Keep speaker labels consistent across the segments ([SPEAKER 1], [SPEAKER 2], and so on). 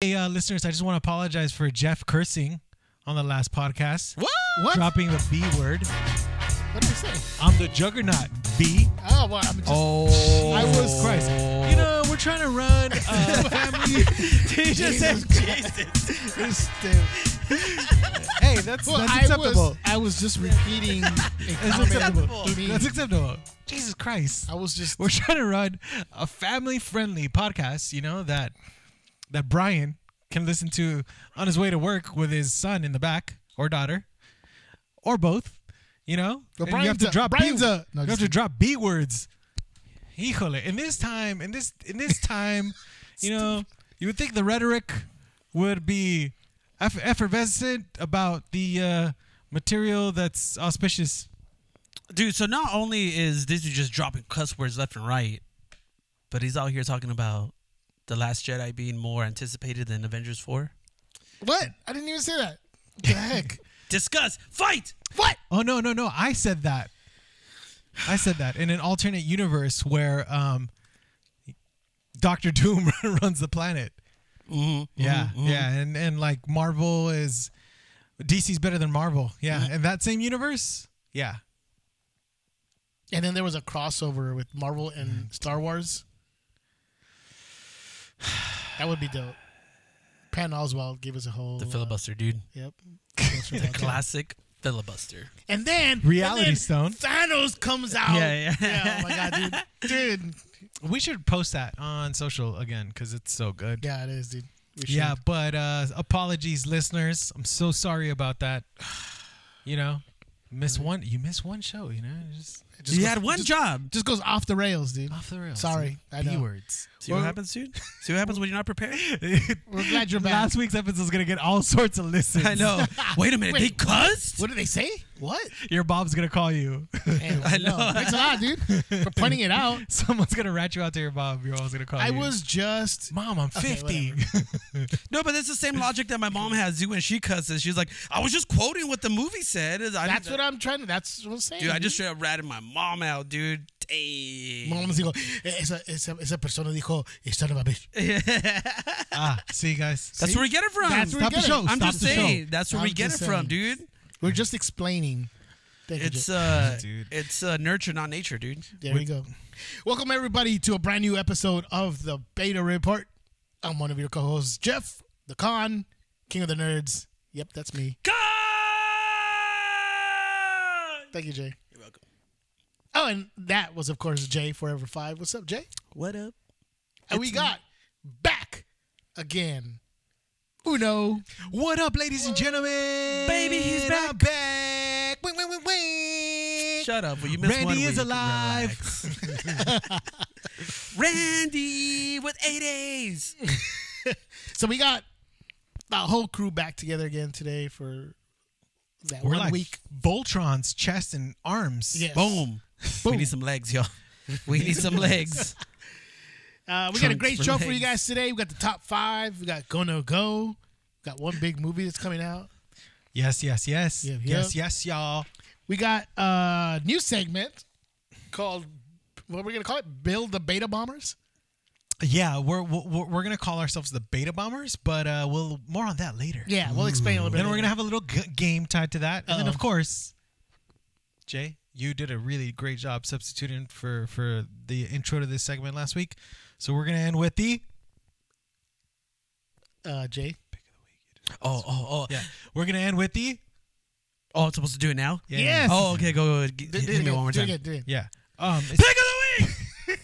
[SPEAKER 1] Hey, uh, listeners, I just want to apologize for Jeff cursing on the last podcast,
[SPEAKER 2] What?
[SPEAKER 3] What?
[SPEAKER 1] dropping the B word.
[SPEAKER 3] What did I say?
[SPEAKER 1] I'm the juggernaut, B.
[SPEAKER 3] Oh, well, I'm just.
[SPEAKER 2] Oh,
[SPEAKER 3] I was-
[SPEAKER 1] Christ. You know, we're trying to run a family.
[SPEAKER 2] he just said Jesus.
[SPEAKER 3] This dude.
[SPEAKER 1] hey, that's,
[SPEAKER 3] Well,
[SPEAKER 1] that's
[SPEAKER 3] I
[SPEAKER 1] acceptable.
[SPEAKER 3] Was, I was just repeating. a
[SPEAKER 1] That's
[SPEAKER 3] comment
[SPEAKER 1] acceptable.
[SPEAKER 3] to me.
[SPEAKER 1] That's acceptable. Jesus Christ.
[SPEAKER 3] I was just.
[SPEAKER 1] We're trying to run a family friendly podcast, you know, that that Brian can listen to on his way to work with his son in the back or daughter or both, you know?
[SPEAKER 3] Well,
[SPEAKER 1] And you have
[SPEAKER 3] Brian's
[SPEAKER 1] to
[SPEAKER 3] a-
[SPEAKER 1] drop
[SPEAKER 3] Brian's
[SPEAKER 1] B,
[SPEAKER 3] a- no,
[SPEAKER 1] You
[SPEAKER 3] just
[SPEAKER 1] have to
[SPEAKER 3] kidding.
[SPEAKER 1] drop B words. Híjole. In this time, in this in this time, you know, you would think the rhetoric would be eff- effervescent about the uh, material that's auspicious.
[SPEAKER 2] Dude, so not only is this dude just dropping cuss words left and right, but he's out here talking about The Last Jedi being more anticipated than Avengers 4.
[SPEAKER 3] What? I didn't even say that. What the heck?
[SPEAKER 2] Discuss, fight!
[SPEAKER 3] What?
[SPEAKER 1] Oh no, no, no! I said that. I said that in an alternate universe where um, Doctor Doom runs the planet.
[SPEAKER 3] Mm-hmm,
[SPEAKER 1] Yeah, yeah, and and like Marvel is DC's better than Marvel. Yeah,
[SPEAKER 3] Mm-hmm.
[SPEAKER 1] in that same universe. Yeah,
[SPEAKER 3] And then there was a crossover with Marvel and Star Wars. That would be dope. Pan Oswald gave us a whole
[SPEAKER 2] The
[SPEAKER 3] uh,
[SPEAKER 2] filibuster, dude.
[SPEAKER 3] Yep.
[SPEAKER 2] The classic filibuster.
[SPEAKER 3] And then
[SPEAKER 1] Reality
[SPEAKER 3] and
[SPEAKER 1] Stone.
[SPEAKER 3] then Thanos comes out.
[SPEAKER 2] Yeah, yeah.
[SPEAKER 3] Oh my god, dude. Dude.
[SPEAKER 1] we should post that on social again because it's so good.
[SPEAKER 3] Yeah, it is, dude. We should.
[SPEAKER 1] Yeah, but uh, apologies, listeners. I'm so sorry about that. You know, miss one. You miss one show. You know, just
[SPEAKER 3] It
[SPEAKER 2] You
[SPEAKER 3] goes-
[SPEAKER 2] had one
[SPEAKER 3] just-
[SPEAKER 2] job.
[SPEAKER 3] Just goes off the rails, dude.
[SPEAKER 1] off the rails.
[SPEAKER 3] Sorry, I know.
[SPEAKER 1] B words.
[SPEAKER 2] See
[SPEAKER 3] Well-
[SPEAKER 2] what happens, dude? See what happens when you're not prepared?
[SPEAKER 3] We're glad you're back.
[SPEAKER 1] Last week's episode is gonna get all sorts of listens.
[SPEAKER 2] I know. Wait a minute,
[SPEAKER 3] Wait,
[SPEAKER 2] they
[SPEAKER 3] what?
[SPEAKER 2] cussed?
[SPEAKER 3] What did they say? What?
[SPEAKER 1] Your Bob's gonna call you.
[SPEAKER 3] Damn, I know.
[SPEAKER 2] know.
[SPEAKER 3] Thanks a lot, dude, for pointing it out.
[SPEAKER 1] Someone's gonna rat you out to your Bob. Your mom's gonna call
[SPEAKER 3] I
[SPEAKER 1] you.
[SPEAKER 3] was just
[SPEAKER 1] mom. I'm 50.
[SPEAKER 3] Okay,
[SPEAKER 2] No, but that's the same logic that my mom has. You when she cusses, she's like, "I was just quoting what the movie said." I-
[SPEAKER 3] That's what I'm trying to. That's what I'm saying.
[SPEAKER 2] dude. I just straight up ratted my mom out, dude. Dang.
[SPEAKER 3] Mom dijo, esa, esa, esa persona dijo, son of a bitch.
[SPEAKER 1] ah, see you guys.
[SPEAKER 2] That's
[SPEAKER 1] See?
[SPEAKER 2] where we get it from.
[SPEAKER 3] That's where we
[SPEAKER 1] Stop the
[SPEAKER 3] get it.
[SPEAKER 1] show.
[SPEAKER 2] I'm
[SPEAKER 1] Stop
[SPEAKER 2] just
[SPEAKER 1] the
[SPEAKER 2] saying.
[SPEAKER 1] Show.
[SPEAKER 2] That's where we
[SPEAKER 3] I'm
[SPEAKER 2] get it
[SPEAKER 3] just
[SPEAKER 2] from,
[SPEAKER 3] saying.
[SPEAKER 2] dude.
[SPEAKER 3] We're just explaining. Thank you,
[SPEAKER 2] It's
[SPEAKER 3] Jake.
[SPEAKER 2] uh,
[SPEAKER 1] Dude.
[SPEAKER 2] it's uh, nurture, not nature, dude.
[SPEAKER 3] there we go. Welcome everybody to a brand new episode of the Beta Report. I'm one of your co-hosts, Jeff, the Con, King of the Nerds. Yep, that's me.
[SPEAKER 2] God.
[SPEAKER 3] Thank you, Jay.
[SPEAKER 2] You're welcome.
[SPEAKER 3] Oh, and that was of course Jay Forever Five. What's up, Jay?
[SPEAKER 2] What up?
[SPEAKER 3] And we got back again. Uno.
[SPEAKER 1] What up, ladies and gentlemen?
[SPEAKER 2] Baby, he's
[SPEAKER 1] I'm back. Wing, wing, wing, wing.
[SPEAKER 2] Shut up. Well, you missed
[SPEAKER 1] Randy
[SPEAKER 2] one
[SPEAKER 1] is
[SPEAKER 2] week.
[SPEAKER 1] alive.
[SPEAKER 2] Relax. Randy with eight A's.
[SPEAKER 3] So we got the whole crew back together again today for that
[SPEAKER 1] We're
[SPEAKER 3] one
[SPEAKER 1] like
[SPEAKER 3] week.
[SPEAKER 1] Voltron's chest and arms.
[SPEAKER 3] Yes.
[SPEAKER 2] Boom. We need some legs, y'all. We need some legs.
[SPEAKER 3] Uh, we got a
[SPEAKER 2] Trunks
[SPEAKER 3] great
[SPEAKER 2] for
[SPEAKER 3] show for you
[SPEAKER 2] legs.
[SPEAKER 3] guys today. We got the top five. We got Go No Go. We got one big movie that's coming out.
[SPEAKER 1] Yes, yes, yes.
[SPEAKER 3] Yep,
[SPEAKER 1] Yes,
[SPEAKER 3] yep.
[SPEAKER 1] yes, y'all.
[SPEAKER 3] We got a new segment called what are we gonna call it? Build the Beta Bombers.
[SPEAKER 1] Yeah, we're we're, we're gonna call ourselves the Beta Bombers, but uh, we'll more on that later.
[SPEAKER 3] Yeah, Um, we'll explain a little bit.
[SPEAKER 1] Then we're
[SPEAKER 3] later.
[SPEAKER 1] gonna have a little g- game tied to that, and then
[SPEAKER 3] Uh-oh.
[SPEAKER 1] of course, Jay, you did a really great job substituting for for the intro to this segment last week. So we're gonna end with the
[SPEAKER 3] uh, Jay.
[SPEAKER 2] Oh, oh, oh.
[SPEAKER 1] yeah, we're gonna end with the
[SPEAKER 2] Oh, I'm supposed to do it now?
[SPEAKER 1] yeah,
[SPEAKER 3] Yes.
[SPEAKER 2] Oh, okay, go, go. G-
[SPEAKER 3] Do,
[SPEAKER 2] hit
[SPEAKER 3] do it
[SPEAKER 2] me
[SPEAKER 3] again,
[SPEAKER 2] one more
[SPEAKER 3] do it
[SPEAKER 2] time.
[SPEAKER 3] again, do it again.
[SPEAKER 1] yeah. Um, it's
[SPEAKER 2] Pick of the week!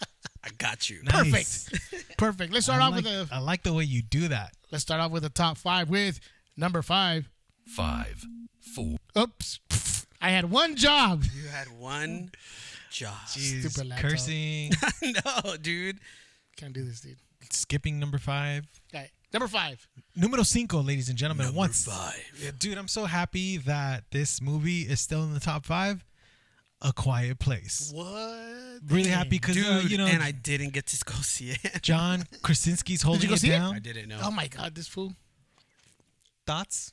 [SPEAKER 2] I got you.
[SPEAKER 1] nice.
[SPEAKER 3] Perfect. Perfect. Let's start
[SPEAKER 1] I
[SPEAKER 3] off
[SPEAKER 1] like,
[SPEAKER 3] with a
[SPEAKER 1] I like the way you do that.
[SPEAKER 3] let's start off with a top five with number five.
[SPEAKER 4] five, four,
[SPEAKER 3] Oops. I had one job.
[SPEAKER 2] You had one job.
[SPEAKER 1] Jeez,
[SPEAKER 3] Stupid laptop.
[SPEAKER 1] cursing,
[SPEAKER 2] no, dude.
[SPEAKER 3] Can't do this, dude.
[SPEAKER 1] skipping number five.
[SPEAKER 3] All right. Number five.
[SPEAKER 1] Numero cinco, ladies and gentlemen. once
[SPEAKER 2] Five.
[SPEAKER 1] Yeah, dude, I'm so happy that this movie is still in the top five. A Quiet Place.
[SPEAKER 3] What?
[SPEAKER 1] Really happy because
[SPEAKER 2] Dude,
[SPEAKER 1] uh, you know
[SPEAKER 2] and I didn't get to go see it.
[SPEAKER 1] John Krasinski's holding
[SPEAKER 3] go
[SPEAKER 1] it
[SPEAKER 3] see it?
[SPEAKER 1] down.
[SPEAKER 2] I didn't know. Um,
[SPEAKER 3] Oh my god, this fool.
[SPEAKER 1] Thoughts?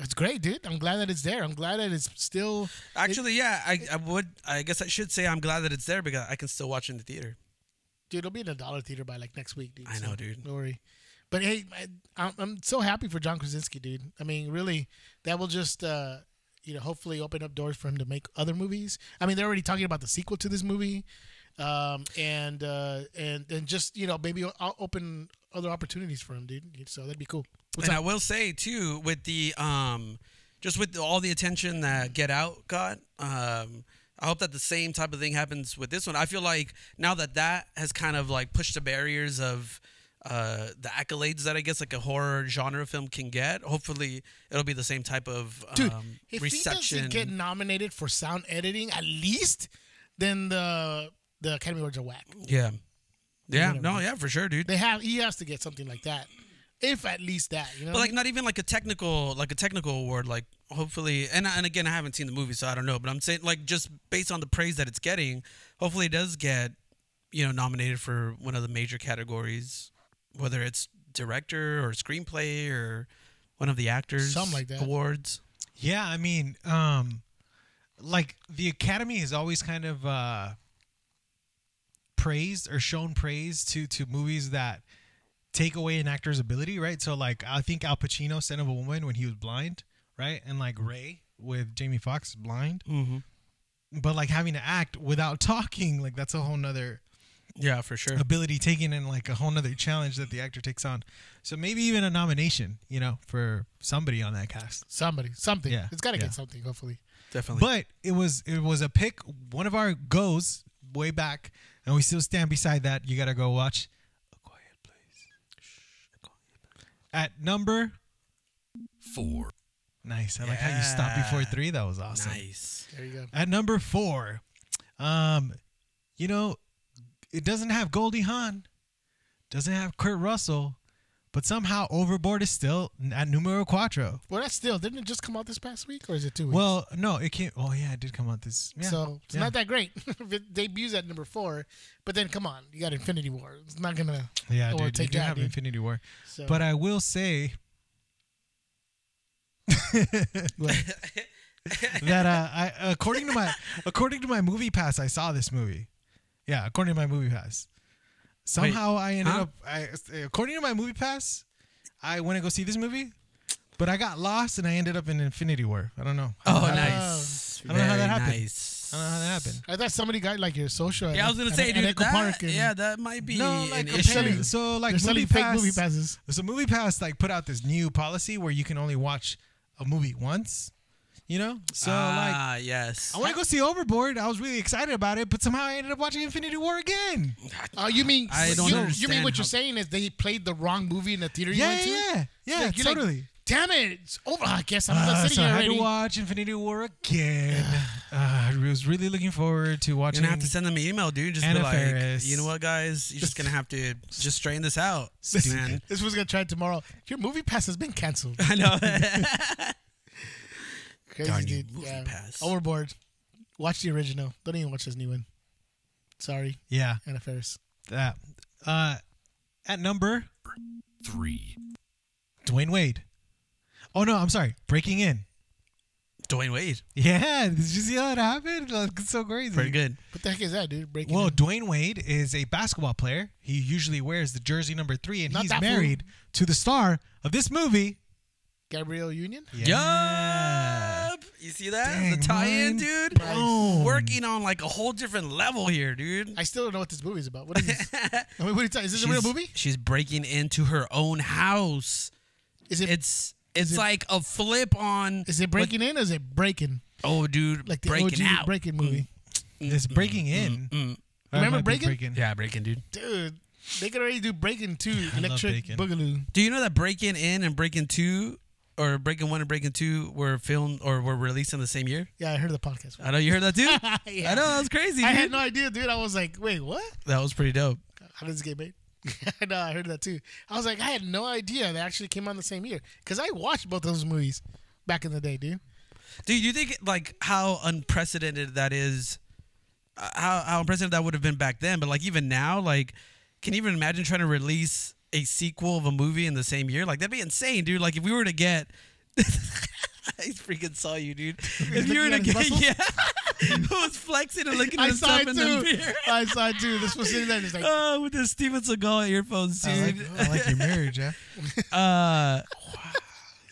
[SPEAKER 3] It's great, dude. I'm glad that it's there. I'm glad that it's still.
[SPEAKER 2] Actually, yeah, I, I would. I guess I should say I'm glad that it's there because I can still watch it in the theater.
[SPEAKER 3] Dude, it'll be in a dollar theater by like next week, dude.
[SPEAKER 2] I know, dude.
[SPEAKER 3] Don't worry. But hey, I, I'm- I'm so happy for John Krasinski, dude. I mean, really, that will just uh, you know hopefully open up doors for him to make other movies. I mean, they're already talking about the sequel to this movie, um, and uh, and and just you know maybe I'll open other opportunities for him, dude. So that'd be cool. What's
[SPEAKER 2] and
[SPEAKER 3] up?
[SPEAKER 2] I will say too, with the um, just with all the attention that Get Out got, um, I hope that the same type of thing happens with this one. I feel like now that that has kind of like pushed the barriers of uh, the accolades that I guess like a horror genre film can get. Hopefully, it'll be the same type of um,
[SPEAKER 3] Dude, if he
[SPEAKER 2] reception.
[SPEAKER 3] doesn't get nominated for sound editing, at least, then the the Academy Awards are whack.
[SPEAKER 2] yeah, yeah, no, yeah, for sure, dude.
[SPEAKER 3] They have he has to get something like that, if at least that. You know,
[SPEAKER 2] But like not even like a technical like a technical award like hopefully and and again I haven't seen the movie so I don't know but I'm saying like just based on the praise that it's getting hopefully it does get you know nominated for one of the major categories whether it's director or screenplay or one of the actors
[SPEAKER 3] Something like that.
[SPEAKER 2] awards
[SPEAKER 1] Yeah, I mean, um, like the Academy has always kind of uh, praised or shown praise to to movies that take away an actor's ability, right? So, like, I think Al Pacino, Son of a Woman, when he was blind, right, and like Ray with Jamie Foxx, blind,
[SPEAKER 2] mm-hmm.
[SPEAKER 1] but like having to act without talking, like that's a whole nother
[SPEAKER 2] yeah for sure
[SPEAKER 1] ability taken and like a whole nother challenge that the actor takes on. So maybe even a nomination, you know, for somebody on that cast.
[SPEAKER 3] somebody, something.
[SPEAKER 1] Yeah,
[SPEAKER 3] it's got to
[SPEAKER 1] yeah.
[SPEAKER 3] get something. Hopefully,
[SPEAKER 2] definitely
[SPEAKER 1] But it was it was a pick. One of our goes way back, and we still stand beside that. You gotta go watch a quiet place. At number
[SPEAKER 4] four,
[SPEAKER 1] nice. I like how you stopped before
[SPEAKER 2] Yeah.
[SPEAKER 1] three. That was awesome.
[SPEAKER 2] nice
[SPEAKER 3] there you go.
[SPEAKER 1] At number four, um, you know, it doesn't have Goldie Hawn, doesn't have Kurt Russell, but somehow Overboard is still at numero cuatro.
[SPEAKER 3] Well, that's still didn't it just come out this past week or is it two weeks?
[SPEAKER 1] Well, no, it can't. Oh yeah, it did come out this. Yeah.
[SPEAKER 3] so it's
[SPEAKER 1] yeah.
[SPEAKER 3] not that great. If it debuts at number four, but then come on, you got Infinity War. It's not gonna
[SPEAKER 1] Yeah,
[SPEAKER 3] Or
[SPEAKER 1] dude, you
[SPEAKER 3] take
[SPEAKER 1] do
[SPEAKER 3] that,
[SPEAKER 1] have
[SPEAKER 3] dude.
[SPEAKER 1] Infinity War.
[SPEAKER 3] So,
[SPEAKER 1] But I will say uh,
[SPEAKER 3] well,
[SPEAKER 1] that uh, I, according to my according to my movie pass, I saw this movie. Yeah, according to my movie pass. Somehow I ended
[SPEAKER 2] huh?
[SPEAKER 1] up. I, according to my movie pass, I went to go see this movie, but I got lost and I ended up in Infinity War. I don't know.
[SPEAKER 2] oh
[SPEAKER 1] I don't know how-
[SPEAKER 2] nice
[SPEAKER 1] I don't know how
[SPEAKER 2] Very
[SPEAKER 1] that happened.
[SPEAKER 2] nice
[SPEAKER 1] I don't know how that happened.
[SPEAKER 3] I thought somebody got like your social. at-
[SPEAKER 2] yeah I was gonna
[SPEAKER 3] at-
[SPEAKER 2] say
[SPEAKER 3] at
[SPEAKER 2] dude
[SPEAKER 3] Echo
[SPEAKER 2] that,
[SPEAKER 3] Park and
[SPEAKER 2] yeah that might be
[SPEAKER 1] No, like
[SPEAKER 2] an
[SPEAKER 1] apparently,
[SPEAKER 2] issue
[SPEAKER 3] apparently-
[SPEAKER 1] so like
[SPEAKER 3] they're selling
[SPEAKER 1] movie
[SPEAKER 3] fake
[SPEAKER 1] pass,
[SPEAKER 3] movie passes.
[SPEAKER 1] So movie pass like put out this new policy where you can only watch a movie once. You know, so like
[SPEAKER 2] ah yes
[SPEAKER 1] I want to go see Overboard. I was really excited about it, but somehow I ended up watching Infinity War again.
[SPEAKER 3] Oh, you mean
[SPEAKER 2] I
[SPEAKER 3] you-
[SPEAKER 2] don't
[SPEAKER 3] you, mean
[SPEAKER 2] understand
[SPEAKER 3] what
[SPEAKER 2] how-
[SPEAKER 3] you're saying is they played the wrong movie in the theater you
[SPEAKER 1] Yeah,
[SPEAKER 3] went to?
[SPEAKER 1] yeah, yeah,
[SPEAKER 3] Like, you're like,
[SPEAKER 1] totally.
[SPEAKER 3] Damn it! It's over. I guess I'm
[SPEAKER 1] Uh,
[SPEAKER 3] not sitting
[SPEAKER 1] so I
[SPEAKER 3] here
[SPEAKER 1] had to
[SPEAKER 3] already.
[SPEAKER 1] watch Infinity War again. uh, I was really looking forward to
[SPEAKER 2] You're
[SPEAKER 1] watching.
[SPEAKER 2] gonna have to send them an email, dude. Just
[SPEAKER 1] Anna
[SPEAKER 2] be like,
[SPEAKER 1] Faris.
[SPEAKER 2] you know what, guys? You're just gonna have to just straighten this out, man.
[SPEAKER 3] This was gonna try it tomorrow. Your movie pass has been canceled.
[SPEAKER 2] I know.
[SPEAKER 3] Crazy
[SPEAKER 2] Darn you,
[SPEAKER 3] dude.
[SPEAKER 2] movie
[SPEAKER 3] yeah.
[SPEAKER 2] pass.
[SPEAKER 3] Overboard. Watch the original. Don't even watch this new one. Sorry,
[SPEAKER 1] yeah,
[SPEAKER 3] Anna Faris.
[SPEAKER 1] that. Uh, at number
[SPEAKER 4] three,
[SPEAKER 1] Dwayne Wade. Oh no, I'm sorry. Breaking in.
[SPEAKER 2] Dwayne Wade,
[SPEAKER 1] Yeah, did you see how it happened? Like, it's so crazy.
[SPEAKER 2] pretty good.
[SPEAKER 3] What the heck is that, dude? Breaking.
[SPEAKER 1] Well,
[SPEAKER 3] in.
[SPEAKER 1] Dwayne Wade is a basketball player. He usually wears the jersey number three, and
[SPEAKER 3] Not
[SPEAKER 1] he's
[SPEAKER 3] that fool.
[SPEAKER 1] married to the star of this movie.
[SPEAKER 3] Gabrielle Union.
[SPEAKER 2] Yup. You see that?
[SPEAKER 1] Dang,
[SPEAKER 2] the tie-in,
[SPEAKER 1] mind
[SPEAKER 2] dude.
[SPEAKER 1] blown.
[SPEAKER 2] Working on like a whole different level here, dude.
[SPEAKER 3] I still don't know what this movie is about. What is this? I mean, what are you talking? Is this a real
[SPEAKER 2] She's-
[SPEAKER 3] movie?
[SPEAKER 2] She's breaking into her own house.
[SPEAKER 3] Is it?
[SPEAKER 2] It's it's
[SPEAKER 3] it-
[SPEAKER 2] like a flip on.
[SPEAKER 3] is it breaking in? or Is it breaking?
[SPEAKER 2] Oh, dude,
[SPEAKER 3] Like the
[SPEAKER 2] breaking
[SPEAKER 3] OG
[SPEAKER 2] out.
[SPEAKER 3] breaking movie. Mm,
[SPEAKER 1] This breaking in.
[SPEAKER 2] Mm.
[SPEAKER 1] Or it
[SPEAKER 3] Remember
[SPEAKER 1] might be
[SPEAKER 3] Breaking?
[SPEAKER 2] Yeah, breaking, dude.
[SPEAKER 3] dude, they could already do Breaking Two,
[SPEAKER 1] love
[SPEAKER 3] Electric
[SPEAKER 1] Bacon.
[SPEAKER 3] Boogaloo.
[SPEAKER 2] Do you know that Breaking In and Breaking Two, or Breaking One and Breaking Two, were filmed or were released in the same year?
[SPEAKER 3] Yeah, I heard the podcast.
[SPEAKER 2] I know you heard that too.
[SPEAKER 3] Yeah.
[SPEAKER 2] I know that was crazy.
[SPEAKER 3] I
[SPEAKER 2] dude.
[SPEAKER 3] had no idea, dude. I was like, wait, what?
[SPEAKER 2] that was pretty dope.
[SPEAKER 3] How did this get made? I know, I heard that too. I was like, I had no idea they actually came out the same year because I watched both those movies back in the day, dude.
[SPEAKER 2] Dude, you think like how unprecedented that is? uh, How how unprecedented that would have been back then, but like even now, like can you even imagine trying to release a sequel of a movie in the same year? Like that'd be insane, dude. Like if we were to get I freaking saw you, dude. If you're in a
[SPEAKER 3] looking at his
[SPEAKER 2] game, yeah, who was flexing and looking at
[SPEAKER 3] I saw
[SPEAKER 2] himself
[SPEAKER 3] it
[SPEAKER 2] in the
[SPEAKER 3] too.
[SPEAKER 2] mirror.
[SPEAKER 3] I saw it too. This was sitting there. and It's like
[SPEAKER 2] Oh, with the Steven Seagal earphones,
[SPEAKER 1] I like,
[SPEAKER 2] dude.
[SPEAKER 1] I like your marriage, yeah.
[SPEAKER 2] Uh,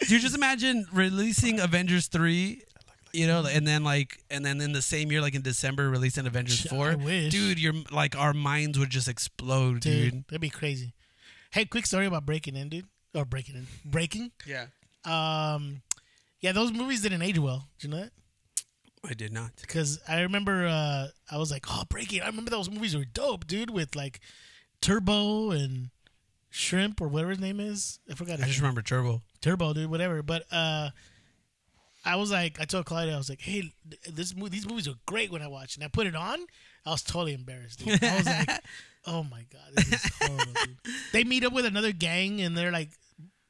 [SPEAKER 2] dude, just imagine releasing Avengers three, you know, and then like, and then in the same year, like in December, releasing Avengers
[SPEAKER 3] Sh- I
[SPEAKER 2] four.
[SPEAKER 3] wish.
[SPEAKER 2] Dude, your like our minds would just explode,
[SPEAKER 3] dude,
[SPEAKER 2] dude.
[SPEAKER 3] that'd be crazy. Hey, quick story about breaking in, dude, or breaking in, breaking.
[SPEAKER 2] Yeah,
[SPEAKER 3] Um, yeah, those movies didn't age well. Do you know that?
[SPEAKER 2] I did not.
[SPEAKER 3] Because I remember uh, I was like, oh, breaking. I remember those movies were dope, dude, with like Turbo and Shrimp or whatever his name is. I forgot.
[SPEAKER 2] I
[SPEAKER 3] his
[SPEAKER 2] just
[SPEAKER 3] name.
[SPEAKER 2] remember Turbo.
[SPEAKER 3] Turbo, dude, whatever. But uh, I was like, I told Claudia, I was like, hey, th- this mo- these movies were great when I watched, and I put it on. I was totally embarrassed. Dude. I was like, oh my god, this is horrible. Dude. They meet up with another gang, and they're like,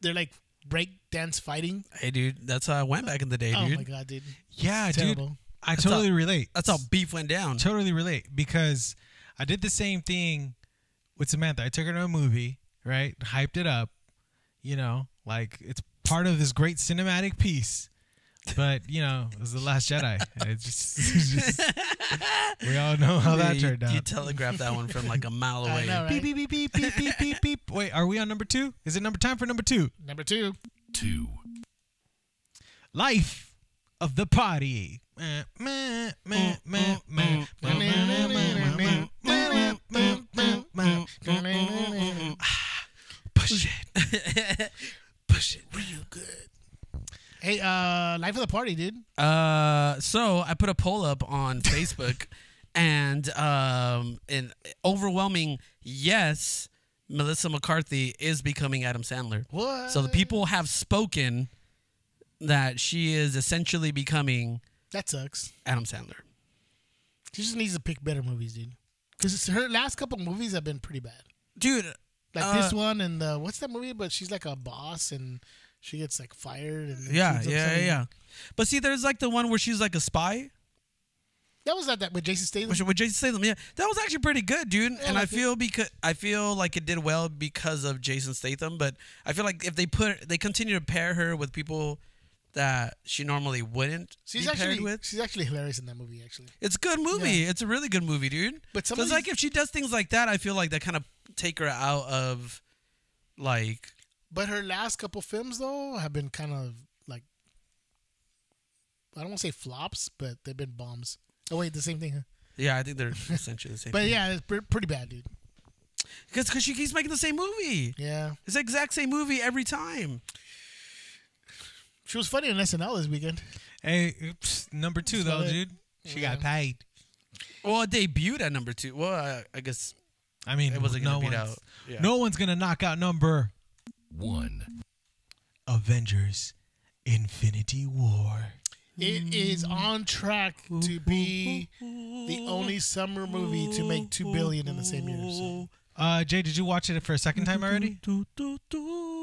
[SPEAKER 3] they're like break dance fighting.
[SPEAKER 2] Hey, dude, that's how I went back in the day,
[SPEAKER 3] oh
[SPEAKER 2] dude.
[SPEAKER 3] my god, dude,
[SPEAKER 1] Yeah,
[SPEAKER 3] It's
[SPEAKER 1] dude.
[SPEAKER 3] terrible.
[SPEAKER 1] I
[SPEAKER 2] how-
[SPEAKER 1] totally relate.
[SPEAKER 2] That's how beef went down.
[SPEAKER 1] totally relate because I did the same thing with Samantha. I took her to a movie, right? Hyped it up, you know, like it's part of this great cinematic piece. But you know, it was the Last Jedi. It just, it's just- we all know how that
[SPEAKER 2] you,
[SPEAKER 1] turned
[SPEAKER 2] You
[SPEAKER 1] out.
[SPEAKER 2] telegraphed that one from like a mile
[SPEAKER 3] I
[SPEAKER 2] away.
[SPEAKER 3] know, right?
[SPEAKER 1] Beep beep beep beep beep beep beep beep. Wait, are we on number two? Is it number time for number two?
[SPEAKER 3] Number two,
[SPEAKER 4] 2,
[SPEAKER 1] Life of the party. Meh, meh, meh, meh, meh, meh, meh, meh, meh, meh, meh, meh, meh. Push it.
[SPEAKER 2] Push it.
[SPEAKER 3] real good. Hey, uh, life of the party, dude.
[SPEAKER 2] Uh, so I put a poll up on Facebook, and um, an overwhelming yes, Melissa McCarthy is becoming Adam Sandler.
[SPEAKER 3] What?
[SPEAKER 2] So the people have spoken that she is essentially becoming
[SPEAKER 3] that sucks.
[SPEAKER 2] Adam Sandler.
[SPEAKER 3] She just needs to pick better movies, dude. Because her last couple movies have been pretty bad.
[SPEAKER 2] Dude,
[SPEAKER 3] like
[SPEAKER 2] Uh,
[SPEAKER 3] this one and the what's that movie? But she's like a boss and she gets like fired and then
[SPEAKER 2] Yeah,
[SPEAKER 3] she's
[SPEAKER 2] yeah,
[SPEAKER 3] upsetting-
[SPEAKER 2] yeah, yeah. But see, there's like the one where she's like a spy.
[SPEAKER 3] That was not that with Jason Statham.
[SPEAKER 2] Which with Jason Statham, yeah, that was actually pretty good, dude. and I
[SPEAKER 3] like it.
[SPEAKER 2] feel because I feel like it did well because of Jason Statham. But I feel like if they put they continue to pair her with people that she normally wouldn't
[SPEAKER 3] She's
[SPEAKER 2] be
[SPEAKER 3] actually
[SPEAKER 2] paired with,
[SPEAKER 3] she's actually hilarious in that movie actually.
[SPEAKER 2] it's a good movie. It's a really good movie, dude.
[SPEAKER 3] But
[SPEAKER 2] so
[SPEAKER 3] some of
[SPEAKER 2] it's like
[SPEAKER 3] these-
[SPEAKER 2] if she does things like that, I feel like that kind of take her out of like
[SPEAKER 3] But her last couple films though have been kind of like I don't want to say flops, but they've been bombs. Oh wait, the same thing. Huh?
[SPEAKER 2] yeah, I think they're essentially the same.
[SPEAKER 3] But yeah, it's pre- pretty bad, dude.
[SPEAKER 2] because she keeps making the same movie.
[SPEAKER 3] Yeah,
[SPEAKER 2] It's the exact same movie every time.
[SPEAKER 3] she was funny on SNL this weekend.
[SPEAKER 1] Hey, oops, number two though,
[SPEAKER 3] Solid.
[SPEAKER 1] dude. She got
[SPEAKER 3] Yeah.
[SPEAKER 1] paid.
[SPEAKER 2] Well, it debuted at number two. Well, I, I guess
[SPEAKER 1] I mean,
[SPEAKER 2] It wasn't
[SPEAKER 1] no
[SPEAKER 2] gonna beat
[SPEAKER 1] one's,
[SPEAKER 2] out. Yeah.
[SPEAKER 1] No one's gonna knock out number
[SPEAKER 4] 1.
[SPEAKER 1] Avengers: Infinity War.
[SPEAKER 3] It is on track to be the only summer movie to make two billion in the same year. So.
[SPEAKER 1] Uh, Jay, did you watch it for a second time already?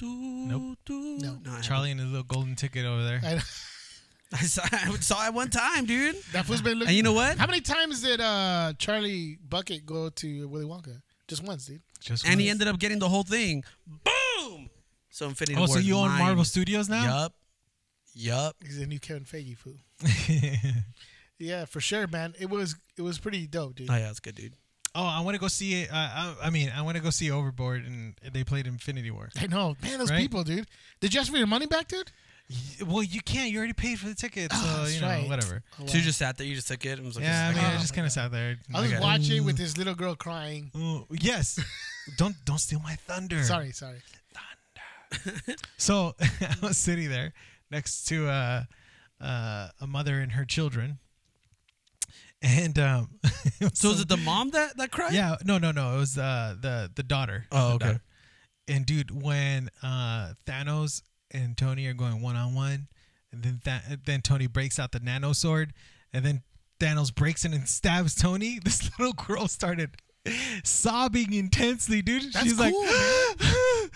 [SPEAKER 2] Nope.
[SPEAKER 3] No.
[SPEAKER 2] I
[SPEAKER 1] Charlie and his little golden ticket over there.
[SPEAKER 2] Uh,
[SPEAKER 3] I,
[SPEAKER 2] haven't. I saw, I saw it one time, dude.
[SPEAKER 3] that fool's been looking.
[SPEAKER 2] And you know what?
[SPEAKER 3] How many times did uh, Charlie Bucket go to Willy Wonka? Just once, dude.
[SPEAKER 1] Just
[SPEAKER 2] And he
[SPEAKER 1] once.
[SPEAKER 2] ended up getting the whole thing. Boom. So Infinity
[SPEAKER 1] Oh,
[SPEAKER 2] War.
[SPEAKER 1] so
[SPEAKER 2] is
[SPEAKER 1] you own
[SPEAKER 2] mine.
[SPEAKER 1] Marvel Studios now?
[SPEAKER 2] Yup. Yup.
[SPEAKER 3] He's a new Kevin Feige fool. Yeah, for sure, man. It was it was pretty dope, dude.
[SPEAKER 2] Oh yeah, it's good, dude.
[SPEAKER 1] oh, I want to go see it. Uh, I, I mean, I want to go see Overboard, and they played Infinity War.
[SPEAKER 3] I know, man. Those
[SPEAKER 1] Right?
[SPEAKER 3] people, dude. Did you ask for your money back, dude?
[SPEAKER 1] Y- Well, you can't. You already paid for the ticket, so
[SPEAKER 3] Oh, that's
[SPEAKER 1] you know
[SPEAKER 3] right.
[SPEAKER 1] whatever.
[SPEAKER 3] Oh, wow.
[SPEAKER 2] So you just sat there, you just took it, and was like,
[SPEAKER 1] Yeah, I mean,
[SPEAKER 2] this is
[SPEAKER 1] I
[SPEAKER 2] like- oh."
[SPEAKER 1] just kind of sat there.
[SPEAKER 3] Oh, I was
[SPEAKER 1] like,
[SPEAKER 3] watching with this little girl crying.
[SPEAKER 1] Ooh, yes. don't don't steal my thunder.
[SPEAKER 3] Sorry, sorry.
[SPEAKER 1] So I was sitting there next to uh, uh, a mother and her children, and um,
[SPEAKER 2] so is it the mom that that cried?
[SPEAKER 1] yeah, no, no, no, it was uh, the the daughter.
[SPEAKER 2] Oh,
[SPEAKER 1] The
[SPEAKER 2] okay.
[SPEAKER 1] daughter. And dude, when uh, Thanos and Tony are going one on one, and then Tha- then Tony breaks out the nano sword, and then Thanos breaks in and stabs Tony. This little girl started sobbing intensely, dude.
[SPEAKER 3] That's
[SPEAKER 1] She's like,
[SPEAKER 3] cool,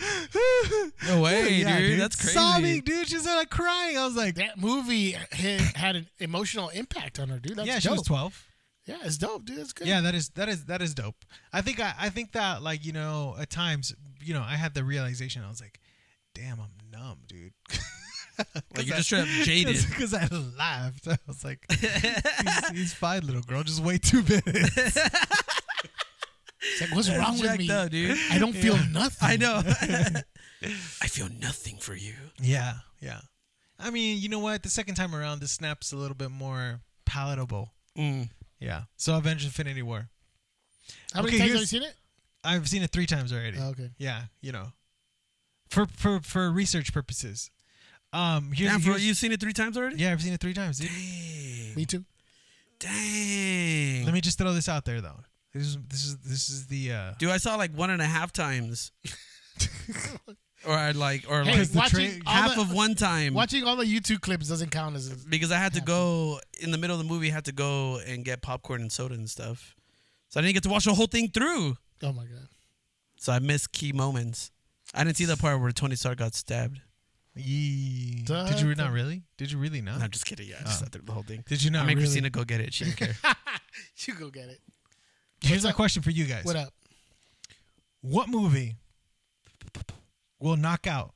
[SPEAKER 2] No way,
[SPEAKER 1] Yeah,
[SPEAKER 2] dude. That's crazy.
[SPEAKER 1] Sobbing, dude. She's like crying. I was like,
[SPEAKER 3] That movie had, had an emotional impact on her, dude. That's
[SPEAKER 1] yeah,
[SPEAKER 3] dope.
[SPEAKER 1] she was twelve.
[SPEAKER 3] Yeah, it's dope, dude. That's good.
[SPEAKER 1] Yeah, that is that is that is dope. I think I, I think that like you know at times you know I had the realization I was like, damn, I'm numb, dude.
[SPEAKER 2] Like you're just straight up jaded.
[SPEAKER 1] Because I laughed. I was like, he's, he's fine, little girl. Just wait two minutes.
[SPEAKER 3] It's like, what's wrong with
[SPEAKER 2] Jacked
[SPEAKER 3] me?
[SPEAKER 2] up, dude.
[SPEAKER 3] I don't feel nothing.
[SPEAKER 2] I know. I feel nothing for you.
[SPEAKER 1] Yeah, yeah. I mean, you know what? The second time around, this snap's a little bit more palatable. Yeah. So Avengers Infinity War.
[SPEAKER 3] How many
[SPEAKER 1] Okay,
[SPEAKER 3] times have you
[SPEAKER 1] here's-
[SPEAKER 3] seen it?
[SPEAKER 1] I've seen it three times already.
[SPEAKER 3] Oh, okay.
[SPEAKER 1] Yeah, you know. For for for research purposes. Um here's,
[SPEAKER 2] Damn, bro,
[SPEAKER 1] here's-
[SPEAKER 2] you've seen it three times already?
[SPEAKER 1] Yeah, I've seen it three times, dude.
[SPEAKER 3] Me too.
[SPEAKER 2] Dang.
[SPEAKER 1] Let me just throw this out there though. This is this is this is the uh
[SPEAKER 2] Dude, I saw like one and a half times. or I'd like, or
[SPEAKER 3] Hey,
[SPEAKER 2] like
[SPEAKER 1] the
[SPEAKER 3] watching
[SPEAKER 1] tra-
[SPEAKER 3] all
[SPEAKER 2] half
[SPEAKER 3] the,
[SPEAKER 2] of one time.
[SPEAKER 3] watching all the YouTube clips doesn't count as.
[SPEAKER 2] because I had to go in the middle of the movie. Had to go and get popcorn and soda and stuff, so I didn't get to watch the whole thing through.
[SPEAKER 3] Oh my god.
[SPEAKER 2] So I missed key moments. I didn't see the part where Tony Stark got stabbed.
[SPEAKER 1] yee. Did you not really? Did you really
[SPEAKER 2] No,
[SPEAKER 1] not?
[SPEAKER 2] I'm just kidding. Yeah, I just sat through the whole thing.
[SPEAKER 1] Did you
[SPEAKER 2] I
[SPEAKER 1] not
[SPEAKER 2] made
[SPEAKER 1] Uh. really?
[SPEAKER 2] Christina go get it. She didn't care.
[SPEAKER 3] You go get it.
[SPEAKER 1] Here's my question for you guys.
[SPEAKER 3] What up?
[SPEAKER 1] What movie will knock out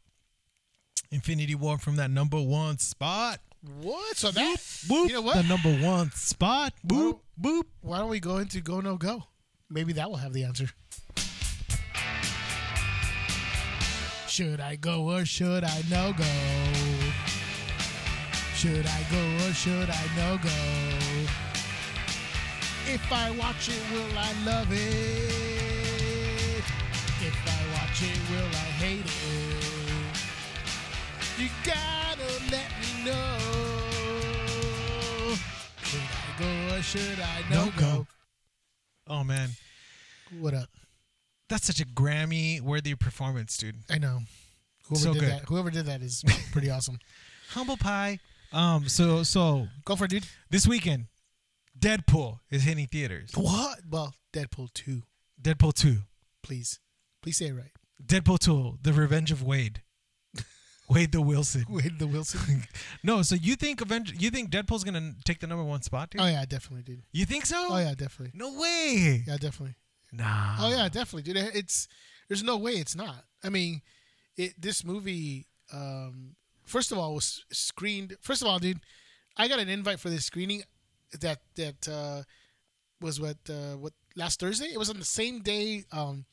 [SPEAKER 1] Infinity War from that number one spot?
[SPEAKER 3] What? So that.
[SPEAKER 1] Boop,
[SPEAKER 3] You know what?
[SPEAKER 1] The number one spot. Boop, boop.
[SPEAKER 3] Why don't we go into go no go? Maybe that will have the answer. Should I go or should I no go? Should I go or should I no go? If I watch it, will I love it? If I watch it, will I hate it? You gotta let me know. Should I go or should I no,
[SPEAKER 1] No
[SPEAKER 3] go?
[SPEAKER 1] go. Oh, man.
[SPEAKER 3] What up?
[SPEAKER 1] That's such a Grammy worthy performance, dude.
[SPEAKER 3] I know. Whoever
[SPEAKER 1] So
[SPEAKER 3] did
[SPEAKER 1] good.
[SPEAKER 3] that, whoever did that is pretty awesome.
[SPEAKER 1] Humble Pie. Um, so so
[SPEAKER 3] Go for it, dude.
[SPEAKER 1] this weekend, Deadpool is hitting theaters.
[SPEAKER 3] What? Well, Deadpool two,
[SPEAKER 1] Deadpool two.
[SPEAKER 3] please, please say it right.
[SPEAKER 1] Deadpool two, the revenge of Wade. Wade the Wilson.
[SPEAKER 3] Wade the Wilson.
[SPEAKER 1] No, so you think Avenge- you think Deadpool's gonna take the number one spot, dude?
[SPEAKER 3] oh yeah, definitely, dude.
[SPEAKER 1] You think so?
[SPEAKER 3] Oh yeah, definitely.
[SPEAKER 1] No way.
[SPEAKER 3] Yeah, definitely.
[SPEAKER 1] Nah.
[SPEAKER 3] Oh yeah, definitely, dude. It's there's no way it's not. I mean, it this movie. Um, first of all, was screened. First of all, dude, I got an invite for this screening. That that uh, was what uh, what last Thursday. It was on the same day um,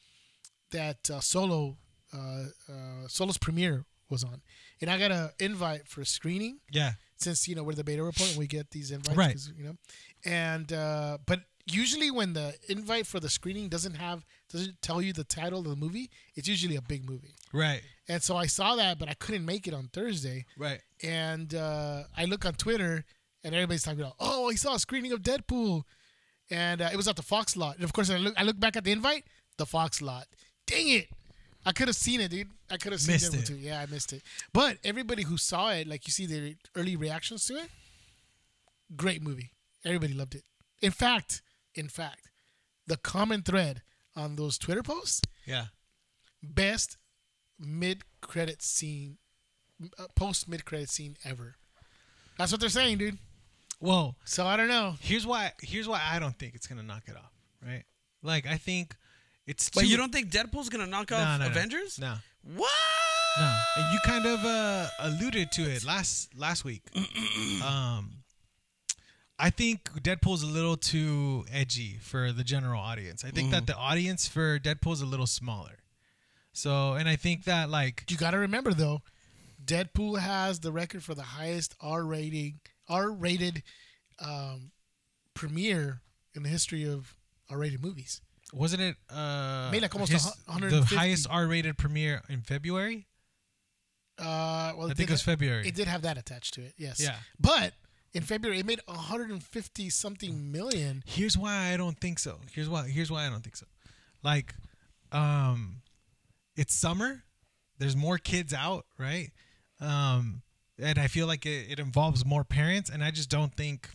[SPEAKER 3] that uh, Solo uh, uh, Solo's premiere was on, and I got an invite for screening
[SPEAKER 1] Yeah.
[SPEAKER 3] since you know we're the beta report and we get these invites
[SPEAKER 1] Right.
[SPEAKER 3] 'cause, you know and uh, but usually when the invite for the screening doesn't have doesn't tell you the title of the movie it's usually a big movie
[SPEAKER 1] Right.
[SPEAKER 3] and so i saw that but i couldn't make it on thursday
[SPEAKER 1] Right.
[SPEAKER 3] and uh, i look on twitter and everybody's talking about oh i saw a screening of deadpool and uh, it was at the fox lot and of course i look, I look back at the invite the fox lot dang it I could have seen it, dude. I could have seen
[SPEAKER 1] Missed
[SPEAKER 3] Deadpool
[SPEAKER 1] it.
[SPEAKER 3] too. Yeah, I missed it. But everybody who saw it, like you see the early reactions to it, great movie. Everybody loved it. In fact, in fact, the common thread on those Twitter posts
[SPEAKER 1] Yeah.
[SPEAKER 3] best mid credit scene, post mid credit scene ever. That's what they're saying, dude.
[SPEAKER 1] Well,
[SPEAKER 3] So I don't know.
[SPEAKER 1] here's why here's why I don't think it's gonna knock it off, right? Like I think it's
[SPEAKER 2] But
[SPEAKER 1] too-
[SPEAKER 2] you don't think Deadpool's gonna knock
[SPEAKER 1] No,
[SPEAKER 2] off
[SPEAKER 1] no, no.
[SPEAKER 2] Avengers?
[SPEAKER 1] No.
[SPEAKER 2] What?
[SPEAKER 1] No. And you kind of uh, alluded to it last last week. um I think Deadpool's a little too edgy for the general audience. I think
[SPEAKER 3] Mm.
[SPEAKER 1] that the audience for Deadpool's a little smaller. So, and I think that like
[SPEAKER 3] You got to remember though, Deadpool has the record for the highest R rating, R rated um, premiere in the history of R rated movies.
[SPEAKER 1] wasn't it uh
[SPEAKER 3] Made like almost
[SPEAKER 1] his-
[SPEAKER 3] a hu-
[SPEAKER 1] the
[SPEAKER 3] 150.
[SPEAKER 1] highest R-rated premiere in February?
[SPEAKER 3] Uh, well,
[SPEAKER 1] I think it was February.
[SPEAKER 3] It did have that attached to it. Yes.
[SPEAKER 1] Yeah.
[SPEAKER 3] But in February, it made 150 something million.
[SPEAKER 1] here's why I don't think so. Here's why here's why I don't think so. Like um it's summer. There's more kids out, right? Um and I feel like it, it involves more parents and I just don't think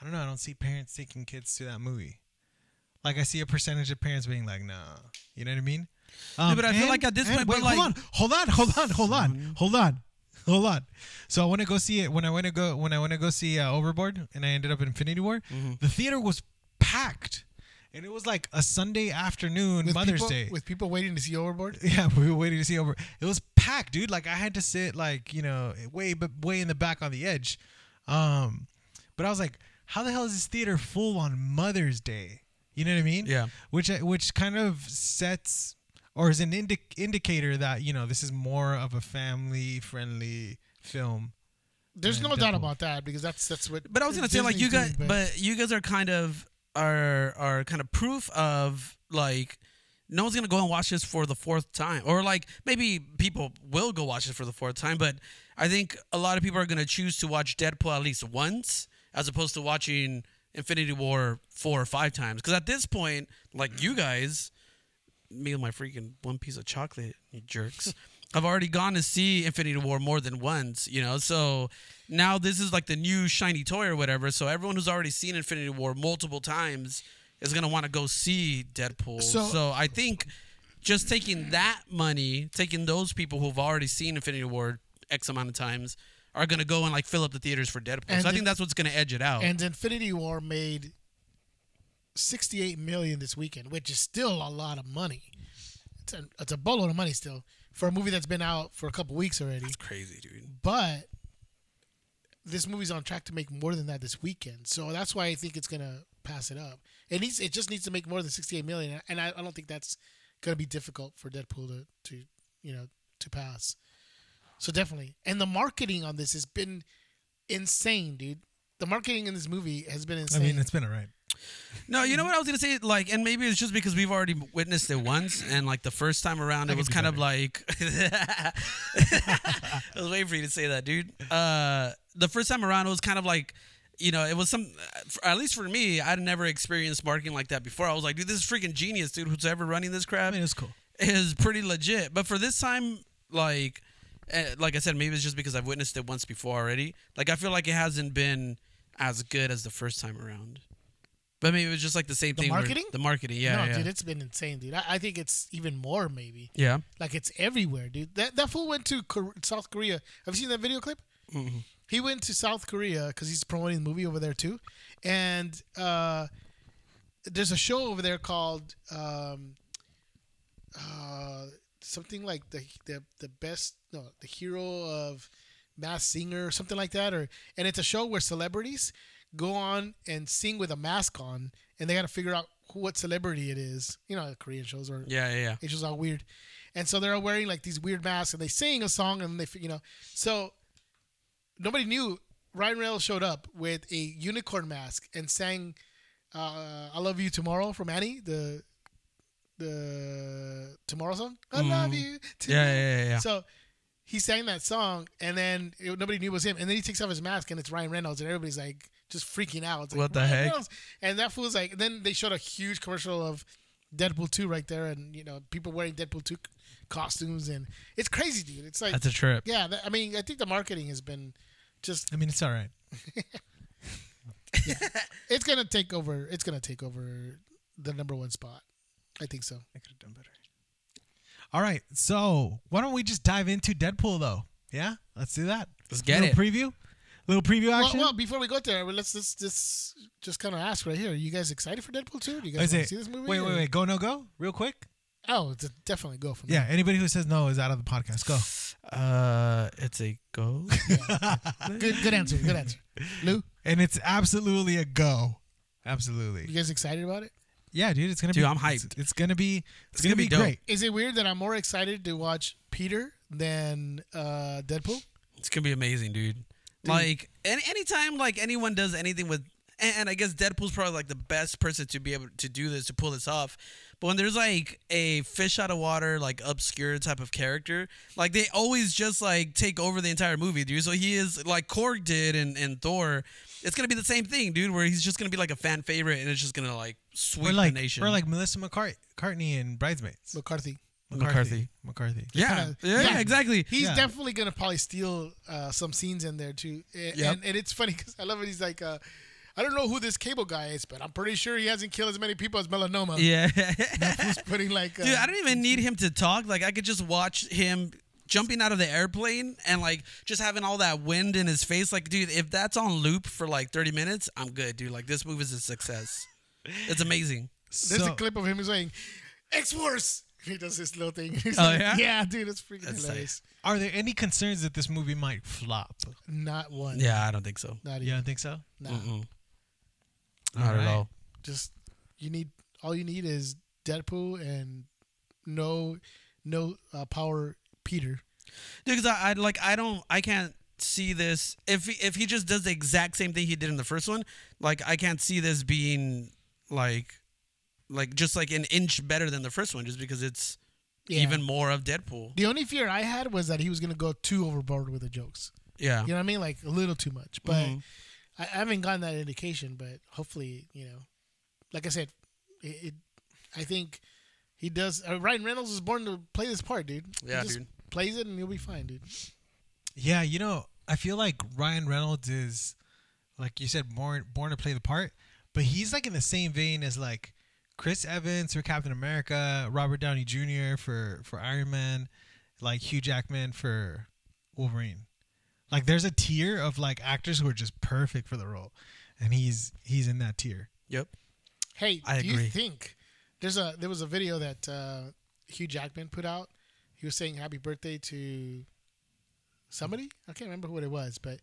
[SPEAKER 1] I don't know, I don't see parents taking kids to that movie. Like I see a percentage of parents being like, nah. You know what I mean? Um,
[SPEAKER 2] but I feel like at this point, but
[SPEAKER 1] wait,
[SPEAKER 2] like-
[SPEAKER 1] hold on, hold on, hold on, hold
[SPEAKER 3] Mm-hmm.
[SPEAKER 1] on, hold on, hold on. So I want to go see it when I want to
[SPEAKER 3] Mm-hmm.
[SPEAKER 1] go when I want to go see uh, Overboard, and I ended up at Infinity War. The theater was packed, and it was like a Sunday afternoon,
[SPEAKER 3] With
[SPEAKER 1] Mother's
[SPEAKER 3] people,
[SPEAKER 1] Day.
[SPEAKER 3] with people waiting to see Overboard.
[SPEAKER 1] yeah, we were waiting to see over. It was packed, dude. Like I had to sit like you know way but way in the back on the edge. Um, but I was like, how the hell is this theater full on Mother's Day? You know what I mean?
[SPEAKER 2] Yeah.
[SPEAKER 1] Which uh, which kind of sets or is an indi- indicator that you know this is more of a family friendly film.
[SPEAKER 3] There's
[SPEAKER 1] Yeah,
[SPEAKER 3] no doubt
[SPEAKER 1] Deadpool.
[SPEAKER 3] about that because that's that's what.
[SPEAKER 2] But I was gonna say like
[SPEAKER 3] Disney's
[SPEAKER 2] you guys,
[SPEAKER 3] doing,
[SPEAKER 2] but you guys are kind of are are kind of proof of like no one's gonna go and watch this for the fourth time, or like maybe people will go watch it for the fourth time. But I think a lot of people are gonna choose to watch Deadpool at least once, as opposed to watching Infinity War four or five times. Because at this point, like you guys, me and my freaking one piece of chocolate, you jerks. I've already gone to see Infinity War more than once, you know. So now this is like the new shiny toy or whatever. So everyone who's already seen Infinity War multiple times is gonna want to go see Deadpool. So,
[SPEAKER 3] So-
[SPEAKER 2] I think just taking that money, taking those people who've already seen Infinity War X amount of times, are gonna go and like fill up the theaters for Deadpool. So
[SPEAKER 3] And
[SPEAKER 2] I
[SPEAKER 3] it-
[SPEAKER 2] think that's what's gonna edge it out.
[SPEAKER 3] and Infinity War made 68 million this weekend, which is still a lot of money. It's a, it's a boatload of money still for a movie that's been out for a couple weeks already.
[SPEAKER 2] Crazy, dude.
[SPEAKER 3] But this movie's on track to make more than that this weekend, so that's why I think it's gonna pass it up. It needs it just needs to make more than 68 million, and I, I don't think that's gonna be difficult for Deadpool to, to you know to pass. So definitely, and the marketing on this has been insane, dude. The marketing in this movie has been insane.
[SPEAKER 1] I mean, it's been alright.
[SPEAKER 2] No, you know what I was gonna say, like, and maybe it's just because we've already witnessed it once, and like the first time around, it was kind of like. I was waiting for you to say that, dude. Uh, the first time around, it was kind of like, you know, it was some. for- At least for me, I'd never experienced marketing like that before. I was like, dude, this is freaking genius, dude. Who's ever running this crap?
[SPEAKER 1] I mean, it was cool.
[SPEAKER 2] is pretty legit. But for this time, like, eh, like I said, maybe it's just because I've witnessed it once before already. Like, I feel like it hasn't been as good as the first time around. But maybe it was just like the same
[SPEAKER 3] The
[SPEAKER 2] thing. where-
[SPEAKER 3] marketing?
[SPEAKER 2] the marketing, yeah,
[SPEAKER 3] no,
[SPEAKER 2] yeah,
[SPEAKER 3] dude, it's been insane, dude. I, I think it's even more maybe.
[SPEAKER 2] yeah.
[SPEAKER 3] Like it's everywhere, dude. That that fool went to Kor- South Korea. Have you seen that video clip? He went to South Korea because he's promoting the movie over there too, and uh, there's a show over there called um, uh, something like the the the best no the hero of mass singer or something like that or and it's a show where celebrities go on and sing with a mask on and they got to figure out who, what celebrity it is you know korean shows or
[SPEAKER 2] yeah, yeah, yeah.
[SPEAKER 3] it's just all weird. And so they're all wearing like these weird masks and they sing a song and they, you know, so nobody knew Ryan Reynolds showed up with a unicorn mask and sang uh, "I Love You Tomorrow" from Annie the the Tomorrow song. I love you. Tomorrow.
[SPEAKER 2] Mm. Yeah, yeah, yeah, yeah.
[SPEAKER 3] So he sang that song and then it, nobody knew it was him. And then he takes off his mask and it's Ryan Reynolds and everybody's like just freaking out. It's like,
[SPEAKER 2] What the
[SPEAKER 3] "Ryan
[SPEAKER 2] heck?"
[SPEAKER 3] Reynolds. And that fool's like. Then they showed a huge commercial of Deadpool two right there, and you know people wearing Deadpool two costumes, and it's crazy, dude. It's like
[SPEAKER 2] That's a trip.
[SPEAKER 3] yeah, that, I mean, I think the marketing has been just
[SPEAKER 1] I mean, it's alright.
[SPEAKER 3] it's gonna take over. It's gonna take over the number one spot. I think so.
[SPEAKER 1] I could have done better. All right, so why don't we just dive into Deadpool though? Yeah, let's do that.
[SPEAKER 2] Let's get
[SPEAKER 1] little
[SPEAKER 2] it.
[SPEAKER 1] preview, little preview
[SPEAKER 3] Well,
[SPEAKER 1] action.
[SPEAKER 3] well, before we go there, well, let's just just just kind of ask right here. Are you guys excited for Deadpool two? Do you guys
[SPEAKER 1] Is
[SPEAKER 3] want
[SPEAKER 1] it-
[SPEAKER 3] to see this movie?
[SPEAKER 1] Wait, wait,
[SPEAKER 3] or-
[SPEAKER 1] wait. Go no go, real quick.
[SPEAKER 3] Oh, it's a- definitely go for me.
[SPEAKER 1] Yeah, anybody who says no is out of the podcast. Go.
[SPEAKER 2] Uh, it's a go.
[SPEAKER 3] Good, good answer. Good answer. Lou,
[SPEAKER 1] And it's absolutely a go. Absolutely.
[SPEAKER 3] you guys excited about it?
[SPEAKER 1] Yeah, dude, it's gonna
[SPEAKER 2] Dude,
[SPEAKER 1] be.
[SPEAKER 2] I'm
[SPEAKER 1] it's-
[SPEAKER 2] hyped.
[SPEAKER 1] It's, gonna be. It's, gonna,
[SPEAKER 2] gonna be
[SPEAKER 1] be,
[SPEAKER 2] dope.
[SPEAKER 1] great.
[SPEAKER 3] Is it weird that I'm more excited to watch Peter than uh, Deadpool?
[SPEAKER 2] It's gonna be amazing, dude. Like any anytime like anyone does anything with and, and I guess Deadpool's probably like the best person to be able to do this to pull this off. But when there's like a fish out of water, like obscure type of character, like they always just like take over the entire movie, dude. So he is like Korg did and, and Thor. It's gonna be the same thing, dude, where he's just gonna be like a fan favorite and it's just gonna like sweep
[SPEAKER 1] We're like
[SPEAKER 2] the nation.
[SPEAKER 1] we're like Melissa McCart- McCartney and Bridesmaids.
[SPEAKER 3] McCarthy.
[SPEAKER 1] McCarthy. McCarthy.
[SPEAKER 2] yeah,
[SPEAKER 3] kinda-
[SPEAKER 2] yeah,
[SPEAKER 3] yeah.
[SPEAKER 2] exactly.
[SPEAKER 3] He's
[SPEAKER 1] Yeah.
[SPEAKER 3] definitely gonna probably steal uh, some scenes in there too. And,
[SPEAKER 2] Yep.
[SPEAKER 3] and, and it's funny because I love it. He's like, uh, I don't know who this cable guy is, but I'm pretty sure he hasn't killed as many people as melanoma.
[SPEAKER 2] yeah.
[SPEAKER 3] He's putting like, uh,
[SPEAKER 2] Dude, I don't even need him to talk. Like, I could just watch him jumping out of the airplane and like just having all that wind in his face. Like, dude, if that's on loop for like 30 minutes, I'm good, dude. Like, this movie is a success. It's amazing.
[SPEAKER 3] There's
[SPEAKER 1] So-
[SPEAKER 3] a clip of him saying, X Force! He does this little thing. He's
[SPEAKER 2] Oh,
[SPEAKER 3] like,
[SPEAKER 2] yeah?
[SPEAKER 3] dude, it's freaking
[SPEAKER 2] That's
[SPEAKER 3] hilarious.
[SPEAKER 1] Are there any concerns that this movie might flop?
[SPEAKER 3] Not one.
[SPEAKER 2] Yeah, I don't think so.
[SPEAKER 3] Not
[SPEAKER 1] You
[SPEAKER 3] even.
[SPEAKER 1] don't think so?
[SPEAKER 3] Nah.
[SPEAKER 2] Mm-mm. Not
[SPEAKER 1] Alright.
[SPEAKER 2] at all.
[SPEAKER 3] Just, you need, all you need is Deadpool and no, no uh, power Peter.
[SPEAKER 2] Dude, because I, I like I don't I can't see this if he, if he just does the exact same thing he did in the first one. Like I can't see this being like like just like an inch better than the first one, just because it's
[SPEAKER 3] Yeah.
[SPEAKER 2] even more of Deadpool.
[SPEAKER 3] The only fear I had was that he was going to go too overboard with the jokes.
[SPEAKER 2] Yeah.
[SPEAKER 3] You know what I mean? Like a little too much. But
[SPEAKER 2] Mhm.
[SPEAKER 3] I, I haven't gotten that indication. But hopefully, you know, like I said, it. it I think he does. Uh, Ryan Reynolds was born to play this part, dude. He
[SPEAKER 2] Yeah,
[SPEAKER 3] just
[SPEAKER 2] dude.
[SPEAKER 3] Plays it and you'll be fine, dude.
[SPEAKER 1] Yeah, you know, I feel like Ryan Reynolds is, like you said, born born to play the part, but he's like in the same vein as like Chris Evans for Captain America, Robert Downey Jr. for for Iron Man, like Hugh Jackman for Wolverine. Like, there's a tier of like actors who are just perfect for the role, and he's he's in that tier.
[SPEAKER 2] Yep.
[SPEAKER 3] Hey,
[SPEAKER 2] I
[SPEAKER 3] do
[SPEAKER 2] agree.
[SPEAKER 3] you think there's a there was a video that uh, Hugh Jackman put out? He was saying happy birthday to somebody. I can't remember what it was, but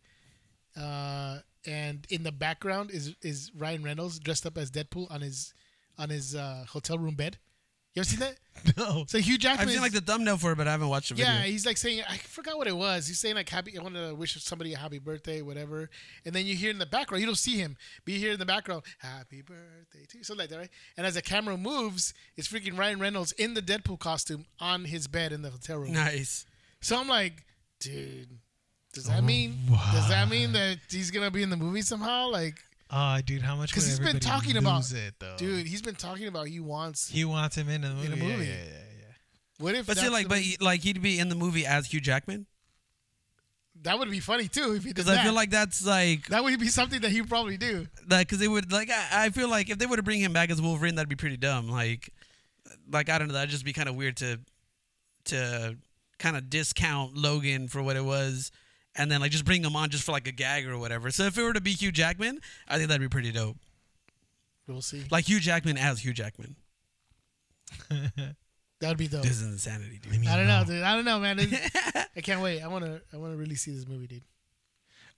[SPEAKER 3] uh, and in the background is is Ryan Reynolds dressed up as Deadpool on his on his uh, hotel room bed. You ever seen that?
[SPEAKER 1] No,
[SPEAKER 3] So Hugh Jackman.
[SPEAKER 2] I've seen
[SPEAKER 3] is-
[SPEAKER 2] like the thumbnail for it, but I haven't watched the video.
[SPEAKER 3] yeah, he's like saying I forgot what it was. He's saying like happy I want to wish somebody a happy birthday, whatever. And then you hear in the background, you don't see him, but you hear in the background, happy birthday to you, something like that, right? And as the camera moves, it's freaking Ryan Reynolds in the Deadpool costume on his bed in the hotel room.
[SPEAKER 2] Nice.
[SPEAKER 3] So I'm like, dude, does
[SPEAKER 2] Oh,
[SPEAKER 3] that mean does that mean that he's gonna be in the movie somehow? Like,
[SPEAKER 1] ah, dude, how much?
[SPEAKER 3] because
[SPEAKER 1] would
[SPEAKER 3] he's been
[SPEAKER 1] everybody
[SPEAKER 3] talking
[SPEAKER 1] lose
[SPEAKER 3] about
[SPEAKER 1] it though,
[SPEAKER 3] dude, he's been talking about he wants.
[SPEAKER 1] He wants him in the movie.
[SPEAKER 3] In a
[SPEAKER 1] Yeah,
[SPEAKER 3] movie.
[SPEAKER 1] yeah, yeah, yeah.
[SPEAKER 3] What if?
[SPEAKER 2] But
[SPEAKER 3] that's
[SPEAKER 2] see, like,
[SPEAKER 3] the-
[SPEAKER 2] but he- like he'd be in the movie as Hugh Jackman
[SPEAKER 3] that would be funny too if he did
[SPEAKER 2] because
[SPEAKER 3] that.
[SPEAKER 2] I feel like that's like
[SPEAKER 3] that would be something that he'd probably do.
[SPEAKER 2] like because they would like I, I feel like if they were to bring him back as Wolverine, that'd be pretty dumb. Like, like I don't know, that'd just be kind of weird to to kind of discount Logan for what it was, and then like just bring him on just for like a gag or whatever. So if it were to be Hugh Jackman, I think that'd be pretty dope.
[SPEAKER 3] We'll see.
[SPEAKER 2] Like Hugh Jackman as Hugh Jackman.
[SPEAKER 3] That would be dope.
[SPEAKER 2] This is insanity, dude.
[SPEAKER 3] I don't know, dude. I don't know, man. This- I can't wait. I wanna, I wanna really see this movie, dude.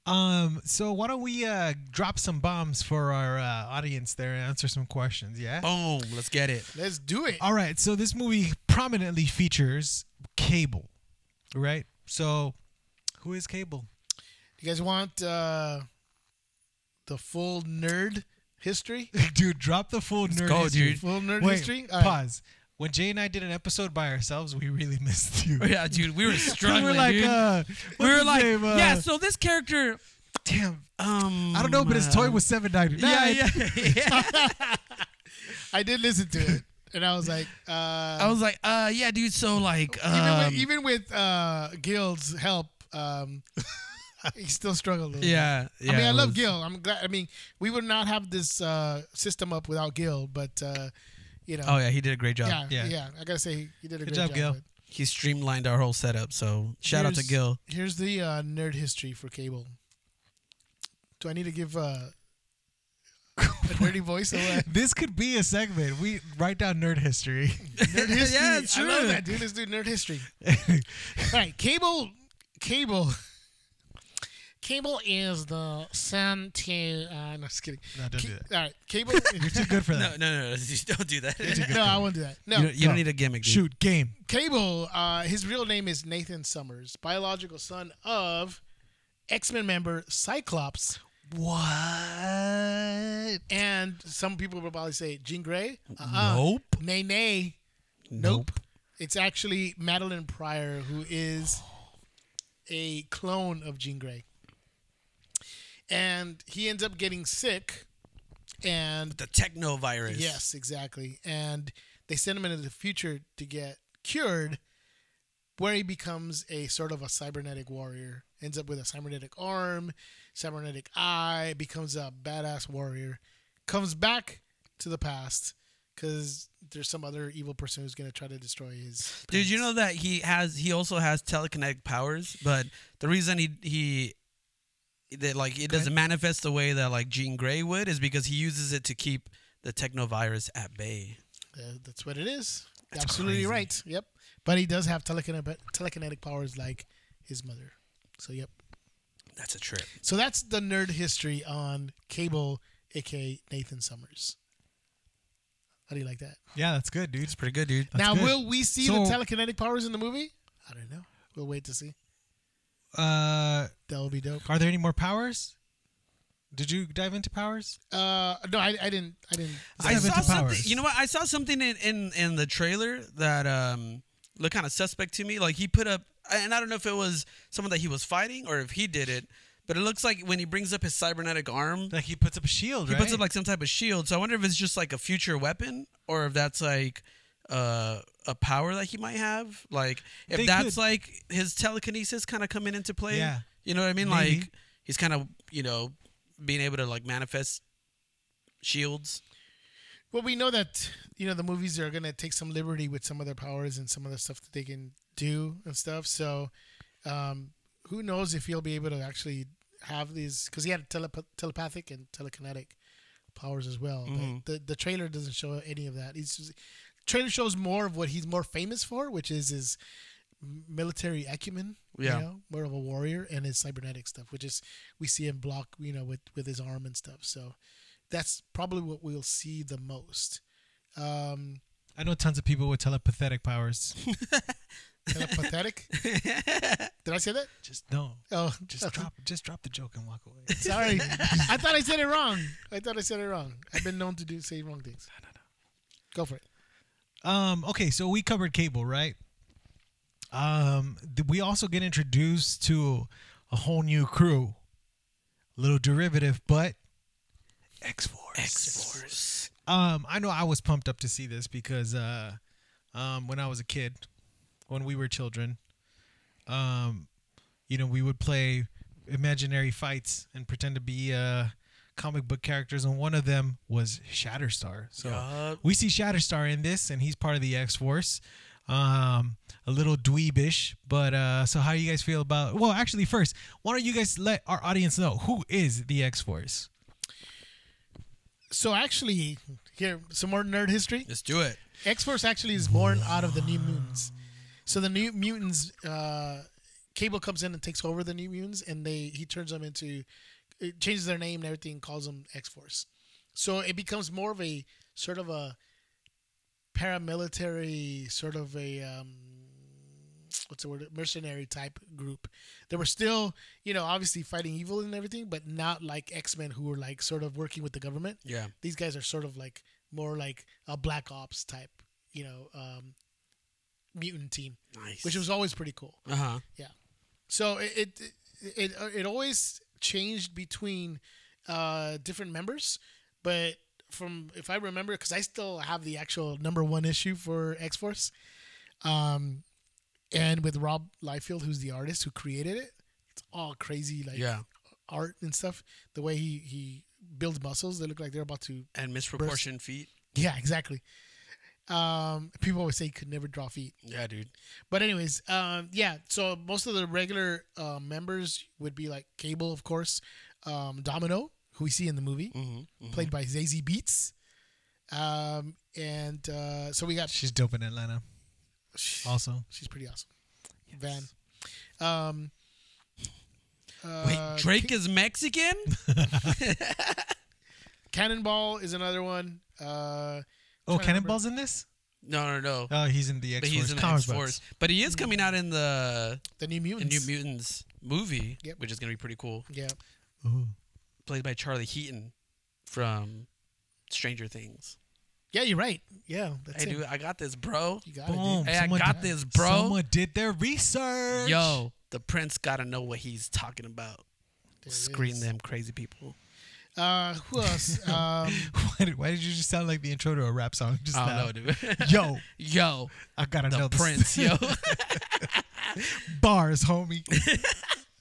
[SPEAKER 1] Um, so why don't we uh drop some bombs for our uh, audience there and answer some questions, yeah?
[SPEAKER 2] Boom, let's get it.
[SPEAKER 3] Let's do
[SPEAKER 2] Uh,
[SPEAKER 3] it.
[SPEAKER 1] All right, so this movie prominently features Cable, right? So who is Cable?
[SPEAKER 3] You guys want uh, the full nerd history?
[SPEAKER 1] dude, drop the full nerd
[SPEAKER 2] go,
[SPEAKER 1] history.
[SPEAKER 2] dude.
[SPEAKER 3] Full nerd
[SPEAKER 1] Wait,
[SPEAKER 3] history. All right.
[SPEAKER 1] pause. When Jay and I did an episode by ourselves, we really missed you.
[SPEAKER 2] Oh, Yeah, dude, we were
[SPEAKER 1] We
[SPEAKER 2] struggling.
[SPEAKER 1] were like,
[SPEAKER 2] dude.
[SPEAKER 1] uh,
[SPEAKER 2] we
[SPEAKER 1] what's
[SPEAKER 2] were
[SPEAKER 1] his
[SPEAKER 2] like,
[SPEAKER 1] name, uh,
[SPEAKER 2] yeah. So this character,
[SPEAKER 1] damn.
[SPEAKER 2] um,
[SPEAKER 1] I don't know, but his toy
[SPEAKER 2] uh,
[SPEAKER 1] was seven ninety nine.
[SPEAKER 2] Yeah, yeah, yeah.
[SPEAKER 3] I did listen to it, and I was like, uh,
[SPEAKER 2] I was like, uh, yeah, dude. So like,
[SPEAKER 3] even
[SPEAKER 2] um,
[SPEAKER 3] with, even with uh, Gil's help, um, he still struggled. A little
[SPEAKER 2] yeah, yeah.
[SPEAKER 3] I mean, I
[SPEAKER 2] it
[SPEAKER 3] love
[SPEAKER 2] was-
[SPEAKER 3] Gil. I'm glad. I mean, we would not have this uh, system up without Gil, but uh, you know,
[SPEAKER 2] Oh yeah, he did a great job.
[SPEAKER 3] yeah,
[SPEAKER 1] yeah.
[SPEAKER 3] yeah, I gotta say, he did a
[SPEAKER 1] Good
[SPEAKER 3] great
[SPEAKER 1] job, Gil.
[SPEAKER 3] but-
[SPEAKER 2] He streamlined our whole setup. So shout out to
[SPEAKER 3] Here's-
[SPEAKER 2] Gil.
[SPEAKER 3] Here's the uh, nerd history for cable. Do I need to give uh, a nerdy voice or what?
[SPEAKER 1] This could be a segment. We write down nerd history.
[SPEAKER 3] Nerd history.
[SPEAKER 2] Yeah, it's
[SPEAKER 3] I love
[SPEAKER 2] true.
[SPEAKER 3] that, dude. Let's do nerd history. All right, cable, cable, cable is the son to. Uh, no, just kidding.
[SPEAKER 1] No, don't
[SPEAKER 3] Ca-
[SPEAKER 1] do that.
[SPEAKER 3] All right, cable.
[SPEAKER 1] You're too good for
[SPEAKER 2] No,
[SPEAKER 1] that.
[SPEAKER 2] no, no, no don't do that. you
[SPEAKER 3] no, I won't do that. No,
[SPEAKER 2] don't, you
[SPEAKER 1] No.
[SPEAKER 2] don't need a gimmick. Dude.
[SPEAKER 1] Shoot, game.
[SPEAKER 3] Cable, uh, his real name is Nathan Summers, biological son of X Men member Cyclops. What? And some people will probably say Jean Grey. Uh-uh.
[SPEAKER 2] Nope.
[SPEAKER 3] Nay, nay.
[SPEAKER 2] Nope.
[SPEAKER 3] It's actually Madeline Pryor, who is a clone of Jean Grey. And he ends up getting sick, and
[SPEAKER 2] The techno virus.
[SPEAKER 3] Yes, exactly. And they send him into the future to get cured, where he becomes a sort of a cybernetic warrior. Ends up with a cybernetic arm, cybernetic eye, becomes a badass warrior. Comes back to the past because there's some other evil person who's going to try to destroy his.
[SPEAKER 2] Dude, you
[SPEAKER 3] parents.
[SPEAKER 2] know that he has he also has telekinetic powers, but the reason he he that like it doesn't manifest the way that like Jean Grey would is because he uses it to keep the technovirus at bay.
[SPEAKER 3] Uh, that's what it is.
[SPEAKER 2] That's
[SPEAKER 3] Absolutely
[SPEAKER 2] crazy.
[SPEAKER 3] right. Yep. But he does have telekinetic, telekinetic powers like his mother. So yep.
[SPEAKER 2] That's a trip.
[SPEAKER 3] So that's the nerd history on Cable, aka Nathan Summers. How do you like that?
[SPEAKER 1] Yeah, that's good, dude.
[SPEAKER 2] It's pretty good, dude.
[SPEAKER 1] That's
[SPEAKER 3] now,
[SPEAKER 1] good.
[SPEAKER 3] will we see the
[SPEAKER 1] So-
[SPEAKER 3] telekinetic powers in the movie? I don't know. We'll wait to see.
[SPEAKER 1] Uh,
[SPEAKER 3] That will be dope.
[SPEAKER 1] are there any more powers? Did you dive into powers?
[SPEAKER 3] Uh, no, I, I didn't. I didn't.
[SPEAKER 2] I
[SPEAKER 1] Seven
[SPEAKER 2] saw something.
[SPEAKER 1] powers.
[SPEAKER 2] You know what? I saw something in in, in the trailer that um looked kind of suspect to me. Like he put up, and I don't know if it was someone that he was fighting or if he did it, but it looks like when he brings up his cybernetic arm,
[SPEAKER 1] Like he puts up a shield,
[SPEAKER 2] he
[SPEAKER 1] right?
[SPEAKER 2] puts up like some type of shield. So I wonder if it's just like a future weapon or if that's like uh, a power that he might have. Like if
[SPEAKER 1] They
[SPEAKER 2] that's
[SPEAKER 1] could-
[SPEAKER 2] like his telekinesis kind of coming into play.
[SPEAKER 1] Yeah.
[SPEAKER 2] You know what I mean?
[SPEAKER 1] Maybe.
[SPEAKER 2] Like he's kind of you know being able to like manifest shields.
[SPEAKER 3] Well, we know that you know the movies are gonna take some liberty with some of their powers and some of the stuff that they can do and stuff. So, um, who knows if he'll be able to actually have these? Because he had telep- telepathic and telekinetic powers as well. But
[SPEAKER 2] Mhm.
[SPEAKER 3] the the trailer doesn't show any of that. He's just- trailer shows more of what he's more famous for, which is his military acumen.
[SPEAKER 2] Yeah.
[SPEAKER 3] You know, more of a warrior and his cybernetic stuff, which is we see him block, you know, with with his arm and stuff. So that's probably what we'll see the most. Um,
[SPEAKER 1] I know tons of people with telepathetic powers.
[SPEAKER 3] telepathetic. Did I say that?
[SPEAKER 1] just no.
[SPEAKER 3] Oh,
[SPEAKER 1] Just drop, just drop the joke and walk away.
[SPEAKER 3] Sorry, I thought I said it wrong. I thought I said it wrong. I've been known to do say wrong things. No, no, no. Go for it.
[SPEAKER 1] Um, okay, so we covered cable, right? Um, th- we also get introduced to a whole new crew, little derivative, but X Force. X Force. Um, I know I was pumped up to see this because uh, um, when I was a kid, when we were children, um, you know, we would play imaginary fights and pretend to be uh, comic book characters, and one of them was Shatterstar. So
[SPEAKER 2] Uh,
[SPEAKER 1] we see Shatterstar in this, and he's part of the X Force. Um, a little dweebish, but uh, so how you guys feel about? Well, actually, first, why don't you guys let our audience know who is the X Force?
[SPEAKER 3] So actually, here some more nerd history.
[SPEAKER 2] Let's do it.
[SPEAKER 3] X Force actually is born out of the New Mutants. So the New Mutants, uh, Cable comes in and takes over the New Mutants, and they he turns them into, it changes their name and everything, calls them X Force. So it becomes more of a sort of a paramilitary, sort of a um, what's the word, mercenary type group. They were still, you know, obviously fighting evil and everything, but not like X Men who were like sort of working with the government
[SPEAKER 2] Yeah.
[SPEAKER 3] these guys are sort of like more like a black ops type you know um mutant team
[SPEAKER 2] Nice.
[SPEAKER 3] which was always pretty cool
[SPEAKER 2] Uh huh.
[SPEAKER 3] yeah so it it it, uh, it always changed between uh different members but from if i remember because i still have the actual number one issue for x-force um and with rob liefeld who's the artist who created it it's all crazy like
[SPEAKER 2] Yeah.
[SPEAKER 3] art and stuff the way he he builds muscles they look like they're about to
[SPEAKER 2] And misproportioned feet.
[SPEAKER 3] yeah, exactly. Um, people always say you could never draw feet,
[SPEAKER 2] Yeah, dude.
[SPEAKER 3] but anyways, um, yeah. So most of the regular uh, members would be like Cable, of course, um, Domino, who we see in the movie, played by Zazie Beats, um, and uh, so we got
[SPEAKER 1] She's dope in Atlanta. Also,
[SPEAKER 3] she's pretty awesome, Van. Um,
[SPEAKER 2] Wait,
[SPEAKER 3] uh,
[SPEAKER 2] Drake is Mexican?
[SPEAKER 3] Cannonball is another one.
[SPEAKER 1] oh,
[SPEAKER 3] Uh, trying to remember.
[SPEAKER 1] Cannonball's in this.
[SPEAKER 2] No, no, no.
[SPEAKER 1] Oh, he's in the X
[SPEAKER 2] but
[SPEAKER 1] Force. Mm.
[SPEAKER 2] he's in the
[SPEAKER 1] comic
[SPEAKER 2] X
[SPEAKER 1] books.
[SPEAKER 2] Force. But he is coming out in the,
[SPEAKER 3] The New
[SPEAKER 2] the
[SPEAKER 3] Mutants.
[SPEAKER 2] New Mutants movie,
[SPEAKER 3] Yep.
[SPEAKER 2] which is going to be pretty cool.
[SPEAKER 3] Yeah.
[SPEAKER 1] Ooh.
[SPEAKER 2] Played by Charlie Heaton from Stranger Things.
[SPEAKER 3] Yeah, you're right. Yeah, that's
[SPEAKER 2] hey,
[SPEAKER 3] it.
[SPEAKER 2] dude, I got this, bro.
[SPEAKER 3] You got it. dude.
[SPEAKER 1] Boom!
[SPEAKER 2] Hey, I got this, bro.
[SPEAKER 1] Someone did their research.
[SPEAKER 2] Yo, the prince got to know what he's talking about.
[SPEAKER 3] There it
[SPEAKER 2] Screen
[SPEAKER 3] is.
[SPEAKER 2] them crazy people.
[SPEAKER 3] Uh, who else? um,
[SPEAKER 1] why did, why did you just sound like the intro to a rap song? Just
[SPEAKER 2] I
[SPEAKER 1] now?
[SPEAKER 2] don't know, dude.
[SPEAKER 1] Yo,
[SPEAKER 2] Yo,
[SPEAKER 1] I gotta
[SPEAKER 2] the
[SPEAKER 1] know this-
[SPEAKER 2] prince, yo.
[SPEAKER 1] bars, homie.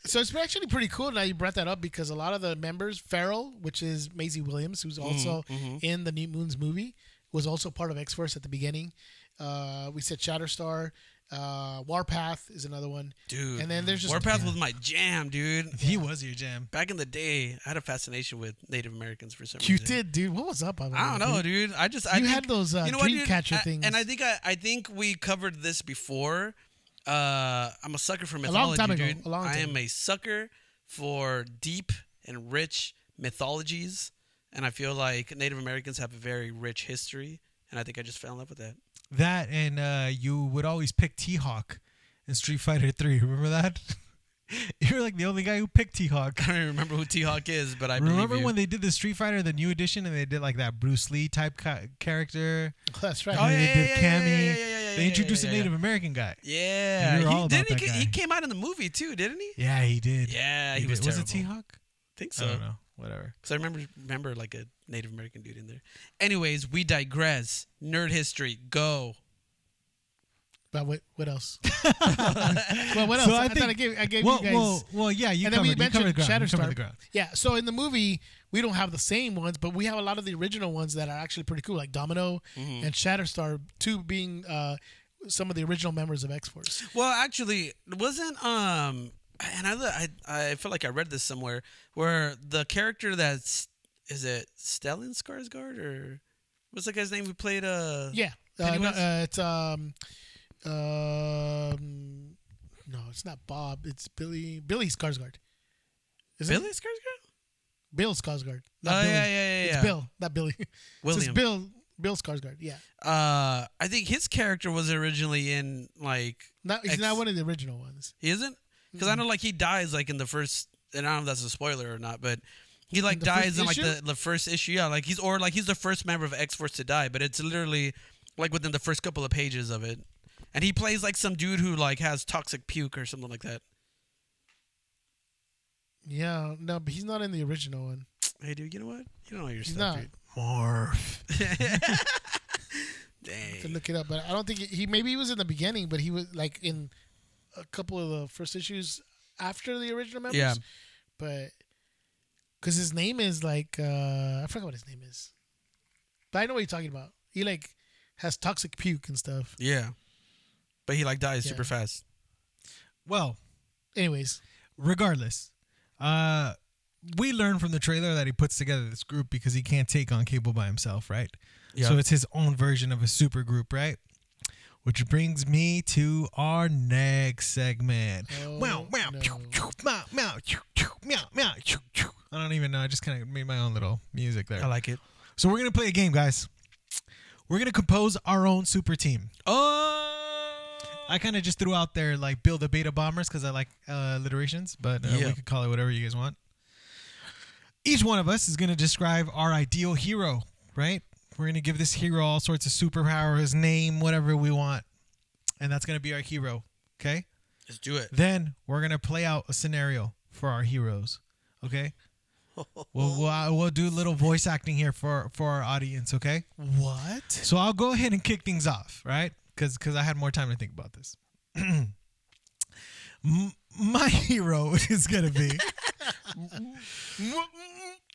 [SPEAKER 3] so it's actually pretty cool now you brought that up because a lot of the members, Farrell, which is Maisie Williams,
[SPEAKER 1] Mm,
[SPEAKER 3] who's also
[SPEAKER 1] mm-hmm.
[SPEAKER 3] in the New Moons movie, was also part of X Force at the beginning. Uh, we said Shatterstar. Uh, Warpath is another one.
[SPEAKER 2] dude.
[SPEAKER 3] And then there's just-
[SPEAKER 2] Warpath
[SPEAKER 3] yeah.
[SPEAKER 2] was my jam, dude.
[SPEAKER 1] He was your jam.
[SPEAKER 2] Back in the day, I had a fascination with Native Americans for some
[SPEAKER 3] You
[SPEAKER 2] reason.
[SPEAKER 3] did, dude. What was up?
[SPEAKER 2] I don't know, dude. I just I
[SPEAKER 3] Mm-hmm. You
[SPEAKER 2] think-
[SPEAKER 3] had those, uh,
[SPEAKER 2] what, dude?
[SPEAKER 3] Dreamcatcher
[SPEAKER 2] I-
[SPEAKER 3] things.
[SPEAKER 2] and I think I, I think we covered this before. Uh, I'm a sucker for mythology,
[SPEAKER 3] long time ago.
[SPEAKER 2] dude.
[SPEAKER 3] A long
[SPEAKER 2] I
[SPEAKER 3] time.
[SPEAKER 2] am a sucker for deep and rich mythologies, and I feel like Native Americans have a very rich history, and I think I just fell in love with that.
[SPEAKER 1] That and uh, you would always pick T Hawk in Street Fighter Three. Remember that? you were like the only guy who picked T Hawk.
[SPEAKER 2] I don't even remember who T Hawk is, but I
[SPEAKER 1] Remember
[SPEAKER 2] believe you.
[SPEAKER 1] when they did the Street Fighter, the new edition, and they did like that Bruce Lee type ca- character?
[SPEAKER 3] That's right.
[SPEAKER 2] Oh,
[SPEAKER 1] And
[SPEAKER 2] yeah,
[SPEAKER 1] they did
[SPEAKER 2] yeah, yeah,
[SPEAKER 1] Cammy.
[SPEAKER 2] yeah, yeah, yeah, yeah,
[SPEAKER 1] they
[SPEAKER 2] yeah,
[SPEAKER 1] introduced
[SPEAKER 2] yeah,
[SPEAKER 1] a
[SPEAKER 2] yeah,
[SPEAKER 1] Native American guy.
[SPEAKER 2] yeah,
[SPEAKER 1] You were
[SPEAKER 2] he
[SPEAKER 1] all about
[SPEAKER 2] didn't.
[SPEAKER 1] that
[SPEAKER 2] he,
[SPEAKER 1] guy.
[SPEAKER 2] he came out in the movie too, didn't he?
[SPEAKER 1] Yeah, he did.
[SPEAKER 2] Yeah, he, was.
[SPEAKER 1] did. Was it T
[SPEAKER 2] terrible.
[SPEAKER 1] Hawk?
[SPEAKER 2] I think
[SPEAKER 1] I
[SPEAKER 2] so.
[SPEAKER 1] don't know. Whatever.
[SPEAKER 2] Because I remember remember like a Native American dude in there. Anyways, we digress. Nerd history, go.
[SPEAKER 3] But what, what else? well, what else?
[SPEAKER 1] So I
[SPEAKER 3] I,
[SPEAKER 1] think-
[SPEAKER 3] thought I gave, I gave
[SPEAKER 1] well,
[SPEAKER 3] you guys.
[SPEAKER 1] well, well, yeah, you
[SPEAKER 3] and then
[SPEAKER 1] covered,
[SPEAKER 3] we
[SPEAKER 1] you covered the
[SPEAKER 3] mentioned
[SPEAKER 1] ground. you covered
[SPEAKER 3] Shatterstar.
[SPEAKER 1] the ground.
[SPEAKER 3] Yeah. So in the movie, we don't have the same ones, but we have a lot of the original ones that are actually pretty cool, like Domino
[SPEAKER 2] Mm-hmm.
[SPEAKER 3] and Shatterstar, two being uh, some of the original members of X Force.
[SPEAKER 2] Well, actually, wasn't um, and I I I feel like I read this somewhere where the character that's is it Stellan Skarsgård or what's the guy's name who played uh
[SPEAKER 3] Yeah. Uh, no,
[SPEAKER 2] Pennywise?
[SPEAKER 3] uh, it's um, um, no, it's not Bob. It's Billy. Billy Skarsgård. Isn't
[SPEAKER 2] Billy
[SPEAKER 3] It?
[SPEAKER 2] Skarsgård?
[SPEAKER 3] Bill Skarsgård.
[SPEAKER 2] Oh
[SPEAKER 3] Not Billy.
[SPEAKER 2] yeah yeah yeah yeah.
[SPEAKER 3] It's Bill, not Billy. it's
[SPEAKER 2] William.
[SPEAKER 3] Bill. Bill Skarsgård. Yeah.
[SPEAKER 2] Uh, I think his character was originally in like
[SPEAKER 3] Not, he's
[SPEAKER 2] Ex-
[SPEAKER 3] not one of the original ones.
[SPEAKER 2] He isn't? Because I know like he dies like in the first and I don't know if that's a spoiler or not, but he like
[SPEAKER 3] the
[SPEAKER 2] dies
[SPEAKER 3] first
[SPEAKER 2] in like
[SPEAKER 3] issue?
[SPEAKER 2] the, the first issue. Yeah, like he's or like he's the first member of X Force to die, but it's literally like within the first couple of pages of it. And he plays like some dude who like has toxic puke or something like that.
[SPEAKER 3] Yeah, no, but he's not in the original one.
[SPEAKER 2] Hey dude, you know what? You don't know your
[SPEAKER 3] He's
[SPEAKER 2] stuff,
[SPEAKER 3] not.
[SPEAKER 2] dude.
[SPEAKER 1] Morph.
[SPEAKER 3] To
[SPEAKER 2] Dang.
[SPEAKER 3] look it up, but I don't think he, he maybe he was in the beginning, but he was like in a couple of the first issues after the original members.
[SPEAKER 2] Yeah.
[SPEAKER 3] but because his name is like uh I forgot what his name is, but I know what you're talking about. He like has toxic puke and stuff.
[SPEAKER 2] Yeah. But he like dies
[SPEAKER 3] Yeah.
[SPEAKER 2] super fast.
[SPEAKER 1] Well,
[SPEAKER 3] Anyways,
[SPEAKER 1] regardless, uh, we learn from the trailer that he puts together this group because he can't take on Cable by himself, right?
[SPEAKER 2] Yeah.
[SPEAKER 1] So it's his own version of a super group, right? Which brings me to our next segment.
[SPEAKER 3] Oh,
[SPEAKER 1] wow, wow,
[SPEAKER 3] no.
[SPEAKER 1] pew, pew, meow, meow, pew, pew, meow, meow, pew, pew. I don't even know. I just kind of made my own little music there.
[SPEAKER 2] I like it.
[SPEAKER 1] So we're gonna play a game, guys. We're gonna compose our own super team.
[SPEAKER 2] Oh
[SPEAKER 1] I kind of just threw out there like build a beta bombers because I like uh, alliterations, but uh,
[SPEAKER 2] Yeah.
[SPEAKER 1] we could call it whatever you guys want. Each one of us is going to describe our ideal hero, right? We're going to give this hero all sorts of superpowers, name, whatever we want, and that's going to be our hero. Okay.
[SPEAKER 2] Just do it.
[SPEAKER 1] Then we're going to play out a scenario for our heroes. Okay. We'll, we'll, we'll do a little voice acting here for for our audience. Okay.
[SPEAKER 3] what?
[SPEAKER 1] So I'll go ahead and kick things off, right? Because because I had more time to think about this. M- My hero is gonna be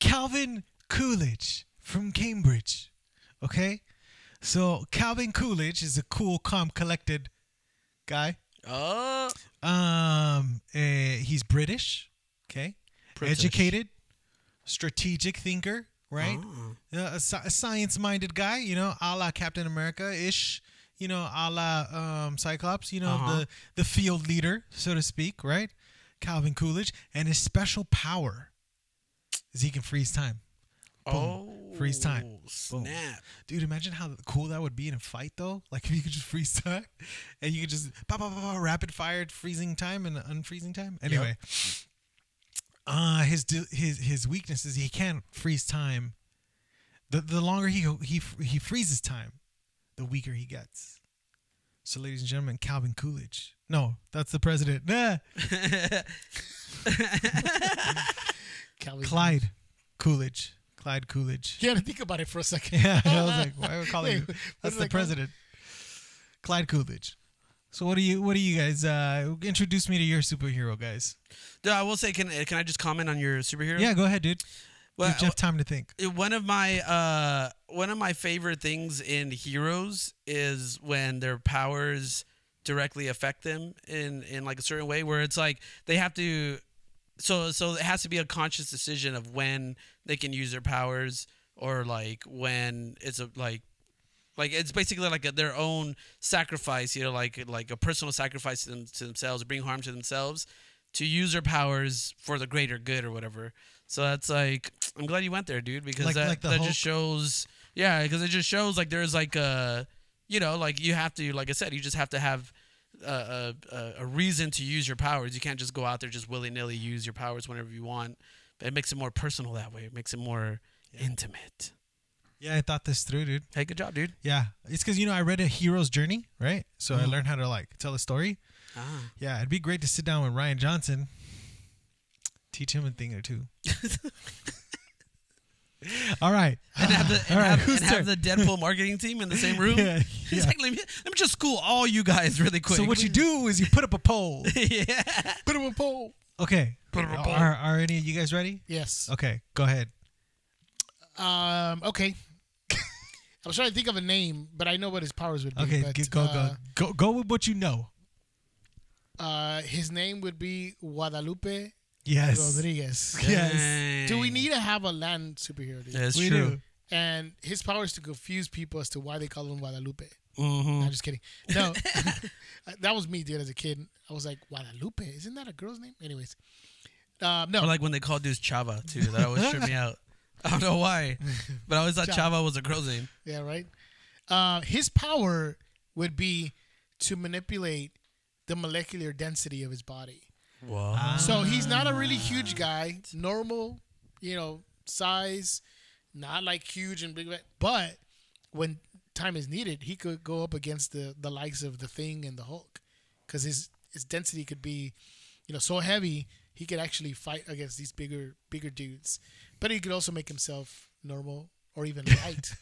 [SPEAKER 1] Calvin Coolidge from Cambridge. Okay, so Calvin Coolidge is a cool, calm, collected guy.
[SPEAKER 2] Oh
[SPEAKER 1] Um, eh, he's British. Okay,
[SPEAKER 2] British.
[SPEAKER 1] educated, strategic thinker, right?
[SPEAKER 2] Oh.
[SPEAKER 1] Uh, a, sci- a science-minded guy, you know, a la Captain America ish, you know, a la um, Cyclops, you know, the the field leader, so to speak, right? Calvin Coolidge, and his special power is he can freeze time.
[SPEAKER 2] oh
[SPEAKER 1] Freeze time. Boom.
[SPEAKER 2] Snap.
[SPEAKER 1] Dude, imagine how cool that would be in a fight, though. Like if you could just freeze time, and you could just pop, pop, pop, pop, rapid fire freezing time and unfreezing time. Anyway, uh, his di- his his weakness is he can't freeze time. The the longer he he he freezes time, the weaker he gets. So, ladies and gentlemen, Calvin Coolidge. No, that's the president. Nah,
[SPEAKER 3] Calvin.
[SPEAKER 1] Clyde Coolidge. Clyde Coolidge.
[SPEAKER 3] You had to think about it for a second.
[SPEAKER 1] Yeah, I was like, why are we calling
[SPEAKER 3] Wait,
[SPEAKER 1] him?
[SPEAKER 3] what
[SPEAKER 1] That's
[SPEAKER 3] is
[SPEAKER 1] the
[SPEAKER 3] that called?
[SPEAKER 1] president, Clyde Coolidge. So what do you what do you guys uh, introduce me to your superhero guys?
[SPEAKER 2] Dude, I will say, can can I just comment on your superhero?
[SPEAKER 1] Yeah, go ahead, dude.
[SPEAKER 2] Well,
[SPEAKER 1] Give Jeff time to think.
[SPEAKER 2] uh, one of my uh, one of my favorite things in heroes is when their powers directly affect them in in like a certain way where it's like they have to so so it has to be a conscious decision of when they can use their powers or like when it's a like like it's basically like a, their own sacrifice you know like like a personal sacrifice to, them, to themselves bring harm to themselves to use their powers for the greater good or whatever so that's like i'm glad you went there dude because
[SPEAKER 1] Like-
[SPEAKER 2] that,
[SPEAKER 1] like the
[SPEAKER 2] that
[SPEAKER 1] Hulk.
[SPEAKER 2] just shows yeah because it just shows like there's like a you know like you have to like i said you just have to have a, a- a, a reason to use your powers you can't just go out there just willy-nilly use your powers whenever you want but it makes it more personal that way it makes it more intimate
[SPEAKER 1] Yeah, I thought this through, dude.
[SPEAKER 2] hey good job dude
[SPEAKER 1] Yeah, it's because you know I read a hero's journey, right? So I learned how to like tell a story.
[SPEAKER 2] ah.
[SPEAKER 1] Yeah, it'd be great to sit down with Ryan Johnson, teach him a thing or two. All right,
[SPEAKER 2] and have the
[SPEAKER 1] All
[SPEAKER 2] and,
[SPEAKER 1] right,
[SPEAKER 2] have,
[SPEAKER 1] who's
[SPEAKER 2] and have the
[SPEAKER 1] turn?
[SPEAKER 2] Deadpool marketing team in the same room.
[SPEAKER 1] Yeah,
[SPEAKER 2] It's
[SPEAKER 1] yeah.
[SPEAKER 2] like, let, me, let me just school all you guys really quick.
[SPEAKER 1] so what you do is you put up a poll.
[SPEAKER 2] yeah.
[SPEAKER 3] Put him a poll.
[SPEAKER 1] Okay,
[SPEAKER 2] Put up a poll.
[SPEAKER 1] Are, are any of you guys ready?
[SPEAKER 3] Yes.
[SPEAKER 1] Okay, go ahead.
[SPEAKER 3] Um. Okay. I was trying to think of a name, but I know what his powers would be.
[SPEAKER 1] Okay,
[SPEAKER 3] but,
[SPEAKER 1] g- go go
[SPEAKER 3] uh,
[SPEAKER 1] go go with what you know.
[SPEAKER 3] Uh, his name would be Guadalupe
[SPEAKER 1] Yes,
[SPEAKER 3] Rodriguez.
[SPEAKER 1] yes,
[SPEAKER 3] Do we need to have a land superhero? dude?
[SPEAKER 2] That's
[SPEAKER 1] we
[SPEAKER 2] true.
[SPEAKER 3] And his power is to confuse people as to why they call him Guadalupe.
[SPEAKER 2] Mhm.
[SPEAKER 3] I'm just kidding. No, Uh, that was me, dude. As a kid, I was like Guadalupe. Isn't that a girl's name? Anyways, um, no,
[SPEAKER 2] Or like when they called dudes Chava too. That always tripped me out. I don't know why, but I always thought
[SPEAKER 3] Chava.
[SPEAKER 2] Chava was a girl's name.
[SPEAKER 3] yeah, right. Uh, his power would be to manipulate the molecular density of his body.
[SPEAKER 2] Wow.
[SPEAKER 1] Uh-huh.
[SPEAKER 3] So he's not a really huge guy, normal, you know, size, not like huge and big, but when time is needed, he could go up against the the likes of the Thing and the Hulk, because his his density could be, you know, so heavy he could actually fight against these bigger bigger dudes, but he could also make himself normal or even light.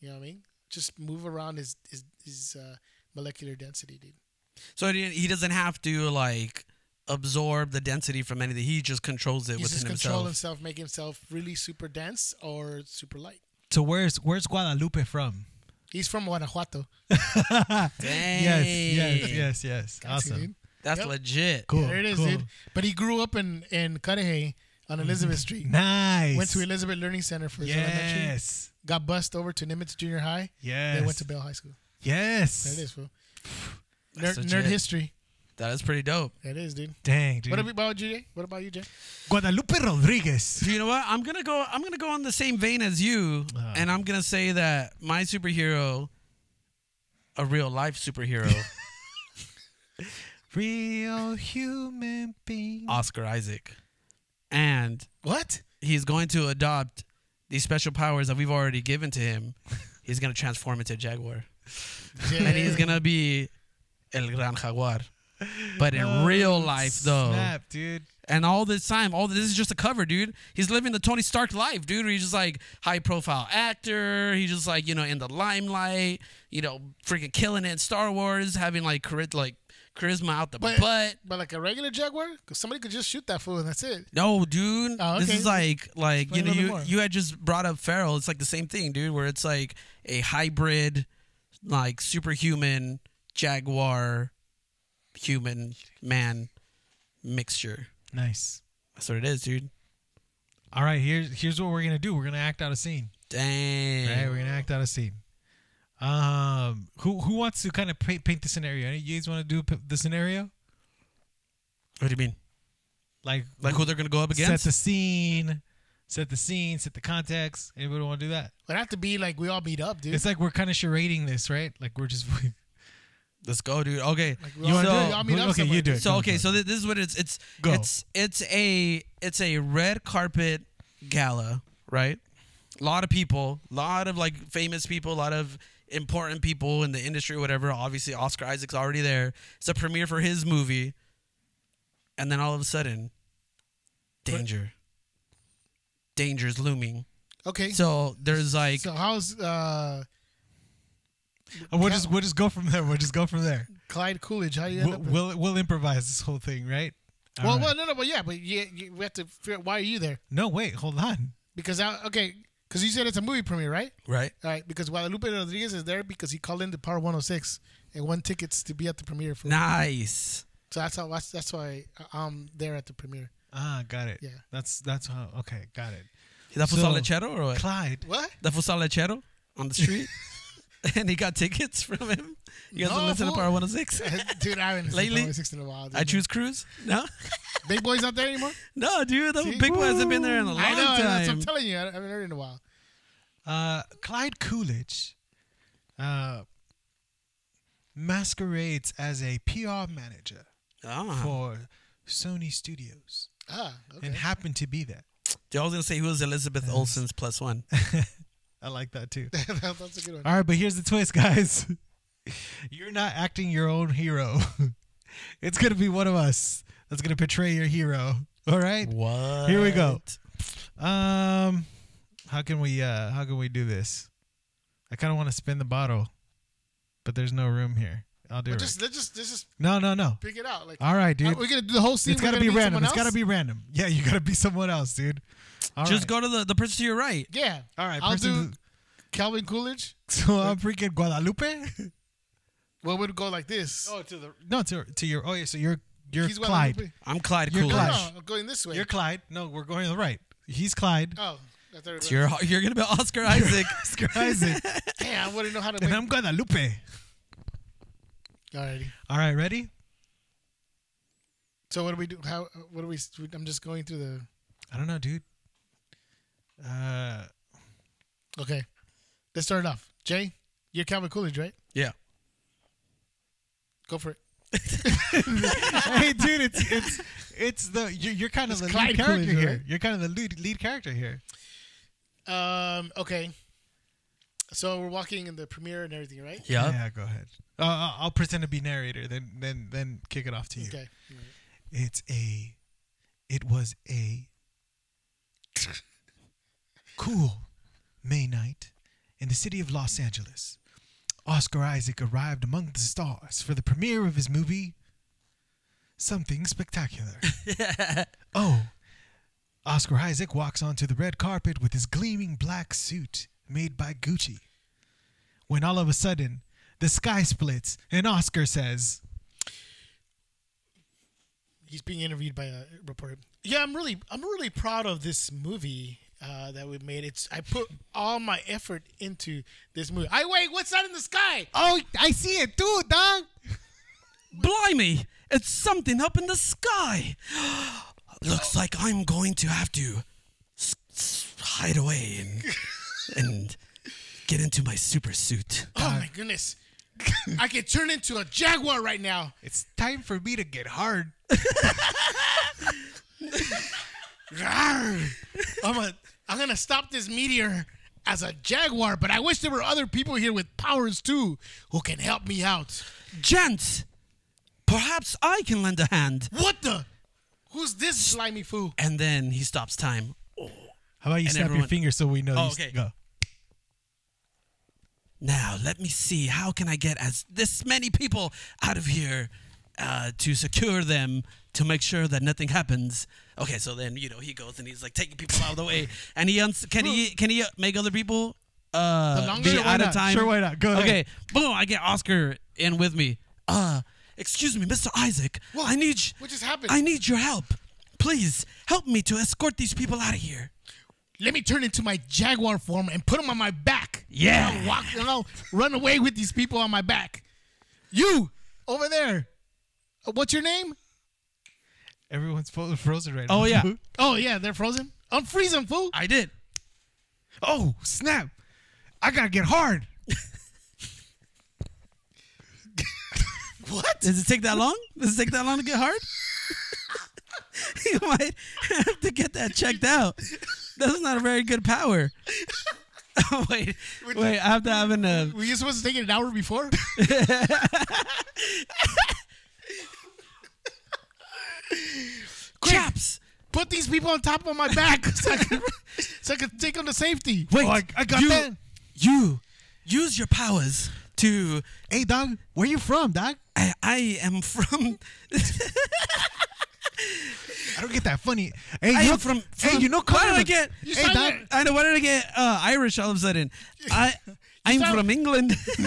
[SPEAKER 3] you know what I mean? Just move around his his, his uh, molecular density, dude.
[SPEAKER 2] So he didn't- he doesn't have to like absorb the density from anything. He just controls it
[SPEAKER 3] He
[SPEAKER 2] within
[SPEAKER 3] just control
[SPEAKER 2] himself.
[SPEAKER 3] himself, make himself really super dense or super light.
[SPEAKER 1] So where's where's Guadalupe from?
[SPEAKER 3] He's from Guanajuato.
[SPEAKER 2] Dang.
[SPEAKER 1] Yes, yes, yes, yes.
[SPEAKER 3] dude.
[SPEAKER 1] Awesome.
[SPEAKER 2] That's
[SPEAKER 3] Yep.
[SPEAKER 2] legit.
[SPEAKER 1] Cool.
[SPEAKER 3] there it is,
[SPEAKER 1] cool.
[SPEAKER 3] dude. But he grew up in in Cudahy on Elizabeth Street.
[SPEAKER 1] Nice.
[SPEAKER 3] Went to Elizabeth Learning Center for his elementary.
[SPEAKER 1] yes.
[SPEAKER 3] Got bussed over to Nimitz Junior High.
[SPEAKER 1] Yes.
[SPEAKER 3] They went to Bell High School.
[SPEAKER 1] Yes.
[SPEAKER 3] There it is, fool. Nerd,
[SPEAKER 2] That's
[SPEAKER 3] nerd
[SPEAKER 2] legit.
[SPEAKER 3] history.
[SPEAKER 2] That is pretty dope.
[SPEAKER 3] There it is, dude.
[SPEAKER 1] Dang, dude.
[SPEAKER 3] What about you, Jay? What about you, Jay?
[SPEAKER 1] Guadalupe Rodriguez.
[SPEAKER 2] You know what? I'm gonna go. I'm gonna go on the same vein as you,
[SPEAKER 1] Uh-huh.
[SPEAKER 2] and I'm gonna say that my superhero, a real life superhero,
[SPEAKER 1] Real human being.
[SPEAKER 2] Oscar Isaac, and
[SPEAKER 3] Ah, What?
[SPEAKER 2] he's going to adopt these special powers that we've already given to him. He's gonna transform into a jaguar, and he's gonna be El Gran Jaguar, but in real life though.
[SPEAKER 1] Snap, dude.
[SPEAKER 2] And all this time, all this is just a cover, dude. He's living the Tony Stark life, dude. He's just like high profile actor. He's just like, you know, in the limelight, you know, freaking killing it in Star Wars, having like chari- like charisma out the
[SPEAKER 3] But,
[SPEAKER 2] butt.
[SPEAKER 3] but like a regular Jaguar? 'Cause somebody could just shoot that fool and that's it.
[SPEAKER 2] No, dude.
[SPEAKER 3] Oh,
[SPEAKER 2] This
[SPEAKER 3] okay.
[SPEAKER 2] is like like
[SPEAKER 3] Explain
[SPEAKER 2] you
[SPEAKER 3] a
[SPEAKER 2] know
[SPEAKER 3] little
[SPEAKER 2] you
[SPEAKER 3] more.
[SPEAKER 2] you had just brought up Farrell. It's like the same thing, dude, where it's like a hybrid like superhuman jaguar human man mixture.
[SPEAKER 1] Nice.
[SPEAKER 2] That's what it is, dude.
[SPEAKER 1] All right, here's here's what we're gonna do. We're gonna act out a scene.
[SPEAKER 2] Dang.
[SPEAKER 1] Right, we're gonna act out a scene. Um, who who wants to kind of paint, paint the scenario? Any You guys want to do p- the scenario?
[SPEAKER 2] What do you mean?
[SPEAKER 1] Like
[SPEAKER 2] Like who they're gonna go up
[SPEAKER 1] set
[SPEAKER 2] against?
[SPEAKER 1] the scene, set the scene, set the context. Anybody want to do that?
[SPEAKER 3] Would have to be like we all meet up, dude.
[SPEAKER 1] It's like we're kind of charading this, right? Like we're just.
[SPEAKER 2] Let's go, dude. Okay.
[SPEAKER 3] we all,
[SPEAKER 2] wanna
[SPEAKER 3] we
[SPEAKER 2] do it?
[SPEAKER 3] all meet up
[SPEAKER 1] okay,
[SPEAKER 3] somewhere,
[SPEAKER 1] you do
[SPEAKER 3] dude.
[SPEAKER 1] it.
[SPEAKER 2] So
[SPEAKER 1] Go,
[SPEAKER 2] okay,
[SPEAKER 1] go,
[SPEAKER 2] so thi- this is what it's it's
[SPEAKER 1] Go.
[SPEAKER 2] it's it's a it's a red carpet gala, right? A lot of people, a lot of like famous people, a lot of important people in the industry, whatever. Obviously, Oscar Isaac's already there. It's a premiere for his movie, and then all of a sudden, danger, danger's looming.
[SPEAKER 3] Okay. So,
[SPEAKER 2] So there's like
[SPEAKER 3] how's uh,
[SPEAKER 1] And we'll just we'll just go from there. We'll just go from there.
[SPEAKER 3] Clyde Coolidge? How you end
[SPEAKER 1] We'll
[SPEAKER 3] up? in-
[SPEAKER 1] we'll, we'll improvise this whole thing, right? All
[SPEAKER 3] well,
[SPEAKER 1] right.
[SPEAKER 3] well, no, no, but yeah, but yeah, you, we have to figure out why are you there?
[SPEAKER 1] No, wait, hold on.
[SPEAKER 3] Because I, okay, because you said it's a movie premiere, right?
[SPEAKER 2] right.
[SPEAKER 3] All right, because Guadalupe Rodriguez is there because he called in to Power 106 and won tickets to be at the premiere for.
[SPEAKER 2] Nice.
[SPEAKER 3] So that's how that's, that's why I'm there at the premiere.
[SPEAKER 1] Ah, got it.
[SPEAKER 3] Yeah.
[SPEAKER 1] That's that's how. Okay, got it.
[SPEAKER 2] That
[SPEAKER 1] So-
[SPEAKER 2] futsal lechero or what?
[SPEAKER 1] Clyde.
[SPEAKER 3] What?
[SPEAKER 2] That futsal lechero on the street, and he got tickets from him. You guys
[SPEAKER 3] No,
[SPEAKER 2] no, listen to
[SPEAKER 3] fool.
[SPEAKER 2] Power 106.
[SPEAKER 3] Dude, I haven't
[SPEAKER 2] Lately,
[SPEAKER 3] Lately, sixteen oh in a while. dude.
[SPEAKER 2] I choose Cruz. No,
[SPEAKER 3] Big Boy's not there anymore.
[SPEAKER 2] no, dude. The
[SPEAKER 3] See?
[SPEAKER 2] big boy hasn't been there in a long
[SPEAKER 3] I know. That's what
[SPEAKER 2] time.
[SPEAKER 3] I'm telling you. I haven't heard it in a while.
[SPEAKER 1] Uh, Clyde Coolidge. Uh, masquerades as a PR manager
[SPEAKER 2] Ah,
[SPEAKER 1] for Sony Studios
[SPEAKER 3] Ah, Uh-huh. okay.
[SPEAKER 1] and happened to be there.
[SPEAKER 2] dude, I was gonna say he was Elizabeth Olsen's plus one.
[SPEAKER 1] I like that too.
[SPEAKER 3] That- that's a good one.
[SPEAKER 1] All right, but here's the twist, guys. You're not acting your own hero. It's gonna be one of us that's gonna portray your hero. All right.
[SPEAKER 2] What?
[SPEAKER 1] Here we go. Um, how can we uh how can we do this? I kind of want to spin the bottle, but there's no room here. I'll do
[SPEAKER 3] But
[SPEAKER 1] it.
[SPEAKER 3] just let's just let's just
[SPEAKER 1] no, no, no.
[SPEAKER 3] pick it out. Like,
[SPEAKER 1] All right,
[SPEAKER 3] are
[SPEAKER 1] dude.
[SPEAKER 3] we gonna do the whole scene?
[SPEAKER 1] It's
[SPEAKER 3] We're
[SPEAKER 1] gotta
[SPEAKER 3] gonna
[SPEAKER 1] be
[SPEAKER 3] meet
[SPEAKER 1] random.
[SPEAKER 3] someone
[SPEAKER 1] It's gotta
[SPEAKER 3] else?
[SPEAKER 1] be random. Yeah, you gotta be someone else, dude. All
[SPEAKER 2] Just
[SPEAKER 1] right.
[SPEAKER 2] go to the, the person to your right.
[SPEAKER 3] Yeah.
[SPEAKER 1] All right,
[SPEAKER 3] I'll
[SPEAKER 1] person-
[SPEAKER 3] do Calvin Coolidge.
[SPEAKER 1] So I'm freaking Guadalupe.
[SPEAKER 3] Well, we'd go like this.
[SPEAKER 1] oh, to the no to to your oh yeah. So you're you're
[SPEAKER 3] He's
[SPEAKER 1] Clyde.
[SPEAKER 3] Guadalupe.
[SPEAKER 2] I'm Clyde
[SPEAKER 1] You're
[SPEAKER 2] Coolidge.
[SPEAKER 3] No,
[SPEAKER 1] Clyde.
[SPEAKER 3] no, I'm going this way.
[SPEAKER 1] You're Clyde. No, we're going to the right. He's Clyde.
[SPEAKER 3] oh, I thought we were
[SPEAKER 2] It's
[SPEAKER 3] going-
[SPEAKER 2] your- you're gonna be Oscar Isaac.
[SPEAKER 1] Oscar Isaac.
[SPEAKER 3] Damn, I wouldn't know how to.
[SPEAKER 1] and
[SPEAKER 3] Make-
[SPEAKER 1] I'm Guadalupe.
[SPEAKER 3] Alrighty.
[SPEAKER 1] All right, ready?
[SPEAKER 3] So what do we do? How? What do we? I'm just going through the.
[SPEAKER 1] I don't know, dude. Uh,
[SPEAKER 3] Okay. Let's start it off. Jay, you're Calvin Coolidge, right?
[SPEAKER 2] yeah.
[SPEAKER 3] Go for it.
[SPEAKER 1] hey, dude, it's it's it's the you're, you're kind of
[SPEAKER 3] It's
[SPEAKER 1] the
[SPEAKER 3] Clyde
[SPEAKER 1] lead character
[SPEAKER 3] Coolidge,
[SPEAKER 1] here.
[SPEAKER 3] right?
[SPEAKER 1] You're kind of the lead lead character here.
[SPEAKER 3] Um. Okay. So we're walking in the premiere and everything, right?
[SPEAKER 2] Yeah.
[SPEAKER 1] Yeah, go ahead. Uh, I'll- I'll pretend to be narrator, then then then kick it off to you.
[SPEAKER 3] Okay.
[SPEAKER 1] It's a, it was a cool May night in the city of Los Angeles. Oscar Isaac arrived among the stars for the premiere of his movie. Something spectacular. Oh, Oscar Isaac walks onto the red carpet with his gleaming black suit made by Gucci. When all of a sudden, the sky splits and Oscar says,
[SPEAKER 3] He's being interviewed by a reporter. Yeah, I'm really, I'm really proud of this movie uh, that we made. It's I put all my effort into this movie. I wait, what's that in the sky?
[SPEAKER 1] Oh, I see it too, dog.
[SPEAKER 2] Blimey! It's something up in the sky. Looks like I'm going to have to s- s- hide away and and get into my super suit.
[SPEAKER 3] Oh my goodness! I could turn into a jaguar right now.
[SPEAKER 1] It's time for me to get hard.
[SPEAKER 3] Rawr. I'm a, I'm gonna stop this meteor as a jaguar, but I wish there were other people here with powers too who can help me out.
[SPEAKER 2] Gents, perhaps I can lend a hand.
[SPEAKER 3] What the? Who's this slimy fool?
[SPEAKER 2] And then he stops time.
[SPEAKER 1] How about you snap your
[SPEAKER 2] everyone-
[SPEAKER 1] finger so we know?
[SPEAKER 2] Oh,
[SPEAKER 1] you s-
[SPEAKER 2] okay.
[SPEAKER 1] Go.
[SPEAKER 2] Now let me see. How can I get as this many people out of here uh, to secure them to make sure that nothing happens? Okay, so then you know he goes and he's like taking people out of the way, and he uns- can he can he make other people
[SPEAKER 3] The
[SPEAKER 2] uh,
[SPEAKER 3] longer-
[SPEAKER 2] be
[SPEAKER 3] Sure, why
[SPEAKER 2] out
[SPEAKER 1] not?
[SPEAKER 2] of time?
[SPEAKER 1] Sure, why not? Go ahead.
[SPEAKER 2] Okay, boom! I get Oscar in with me. Uh, excuse me, Mr. Isaac.
[SPEAKER 3] What?
[SPEAKER 2] I need j-
[SPEAKER 3] What just happened?
[SPEAKER 2] I need your help. Please help me to escort these people out of here.
[SPEAKER 3] Let me turn into my jaguar form and put him on my back.
[SPEAKER 2] Yeah.
[SPEAKER 3] And I'll walk and I'll run away with these people on my back. You over there. Uh, What's your name?
[SPEAKER 1] Everyone's fro- frozen right now.
[SPEAKER 2] Oh, yeah.
[SPEAKER 3] Oh yeah, they're frozen. Unfreeze them, fool.
[SPEAKER 2] I did.
[SPEAKER 1] oh snap! I gotta get hard.
[SPEAKER 3] What?
[SPEAKER 2] Does it take that long? Does it take that long to get hard? you might have to get that checked out. That's not a very good power. wait, wait, I have to have an. Uh,
[SPEAKER 3] Were you supposed to take it an hour before? Quick,
[SPEAKER 2] chaps!
[SPEAKER 3] put these people on top of my back so I can, so I can take them to safety.
[SPEAKER 2] Wait,
[SPEAKER 1] Oh, I- I got
[SPEAKER 2] you,
[SPEAKER 1] that.
[SPEAKER 2] You use your powers to.
[SPEAKER 1] Hey, dog, where you from, dog?
[SPEAKER 2] I, I am from.
[SPEAKER 1] I don't get that funny. Hey,
[SPEAKER 2] I
[SPEAKER 1] you
[SPEAKER 2] am from, from.
[SPEAKER 1] hey, you know,
[SPEAKER 2] why did
[SPEAKER 1] Colin-
[SPEAKER 2] I get?
[SPEAKER 3] You
[SPEAKER 1] hey,
[SPEAKER 3] sound
[SPEAKER 1] dog.
[SPEAKER 3] like-
[SPEAKER 2] I know. Why did I get uh, Irish all of a sudden? I I'm
[SPEAKER 3] sound-
[SPEAKER 2] from England.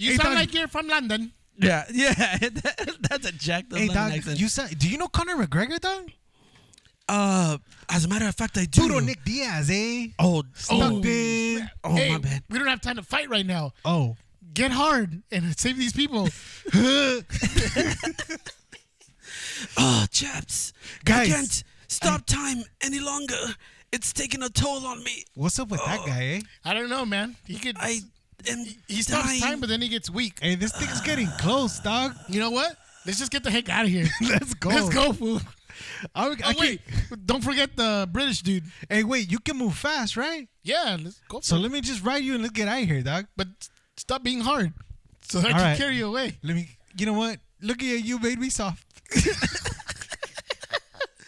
[SPEAKER 3] You
[SPEAKER 1] Hey,
[SPEAKER 3] sound
[SPEAKER 1] Doug.
[SPEAKER 3] like you're from London.
[SPEAKER 2] Yeah, yeah, that, that's a Jack the
[SPEAKER 1] Hey,
[SPEAKER 2] London
[SPEAKER 1] dog,
[SPEAKER 2] accent.
[SPEAKER 1] you said, do you know Conor McGregor, dog?
[SPEAKER 2] uh, as a matter of fact, I do.
[SPEAKER 1] Puro Nick Diaz, eh?
[SPEAKER 2] Oh,
[SPEAKER 1] Snuck
[SPEAKER 2] oh,
[SPEAKER 1] in.
[SPEAKER 2] oh
[SPEAKER 3] hey,
[SPEAKER 2] my bad.
[SPEAKER 3] we don't have time to fight right now.
[SPEAKER 1] Oh.
[SPEAKER 3] Get hard and save these people.
[SPEAKER 2] Oh, chaps,
[SPEAKER 1] Guys,
[SPEAKER 2] I can't stop time any longer. It's taking a toll on me.
[SPEAKER 1] What's up with
[SPEAKER 2] Oh.
[SPEAKER 1] that guy, eh?
[SPEAKER 3] I don't know, man. He could.
[SPEAKER 2] I am.
[SPEAKER 3] he stops
[SPEAKER 2] dying.
[SPEAKER 3] time, but then he gets weak.
[SPEAKER 1] Hey, this thing's getting close, dog.
[SPEAKER 3] You know what? Let's just get the heck out of here.
[SPEAKER 1] Let's go.
[SPEAKER 3] Let's go, fool.
[SPEAKER 1] I, I
[SPEAKER 3] Oh,
[SPEAKER 1] can't-
[SPEAKER 3] wait. Don't forget the British dude.
[SPEAKER 1] Hey, wait, you can move fast, right?
[SPEAKER 3] Yeah, let's go.
[SPEAKER 1] So
[SPEAKER 3] for it.
[SPEAKER 1] let me just ride you and let's get out of here, dog.
[SPEAKER 3] But s- stop being hard so I
[SPEAKER 1] All
[SPEAKER 3] can
[SPEAKER 1] right.
[SPEAKER 3] carry you away.
[SPEAKER 1] Let me, you know what? Look at you, you made me soft.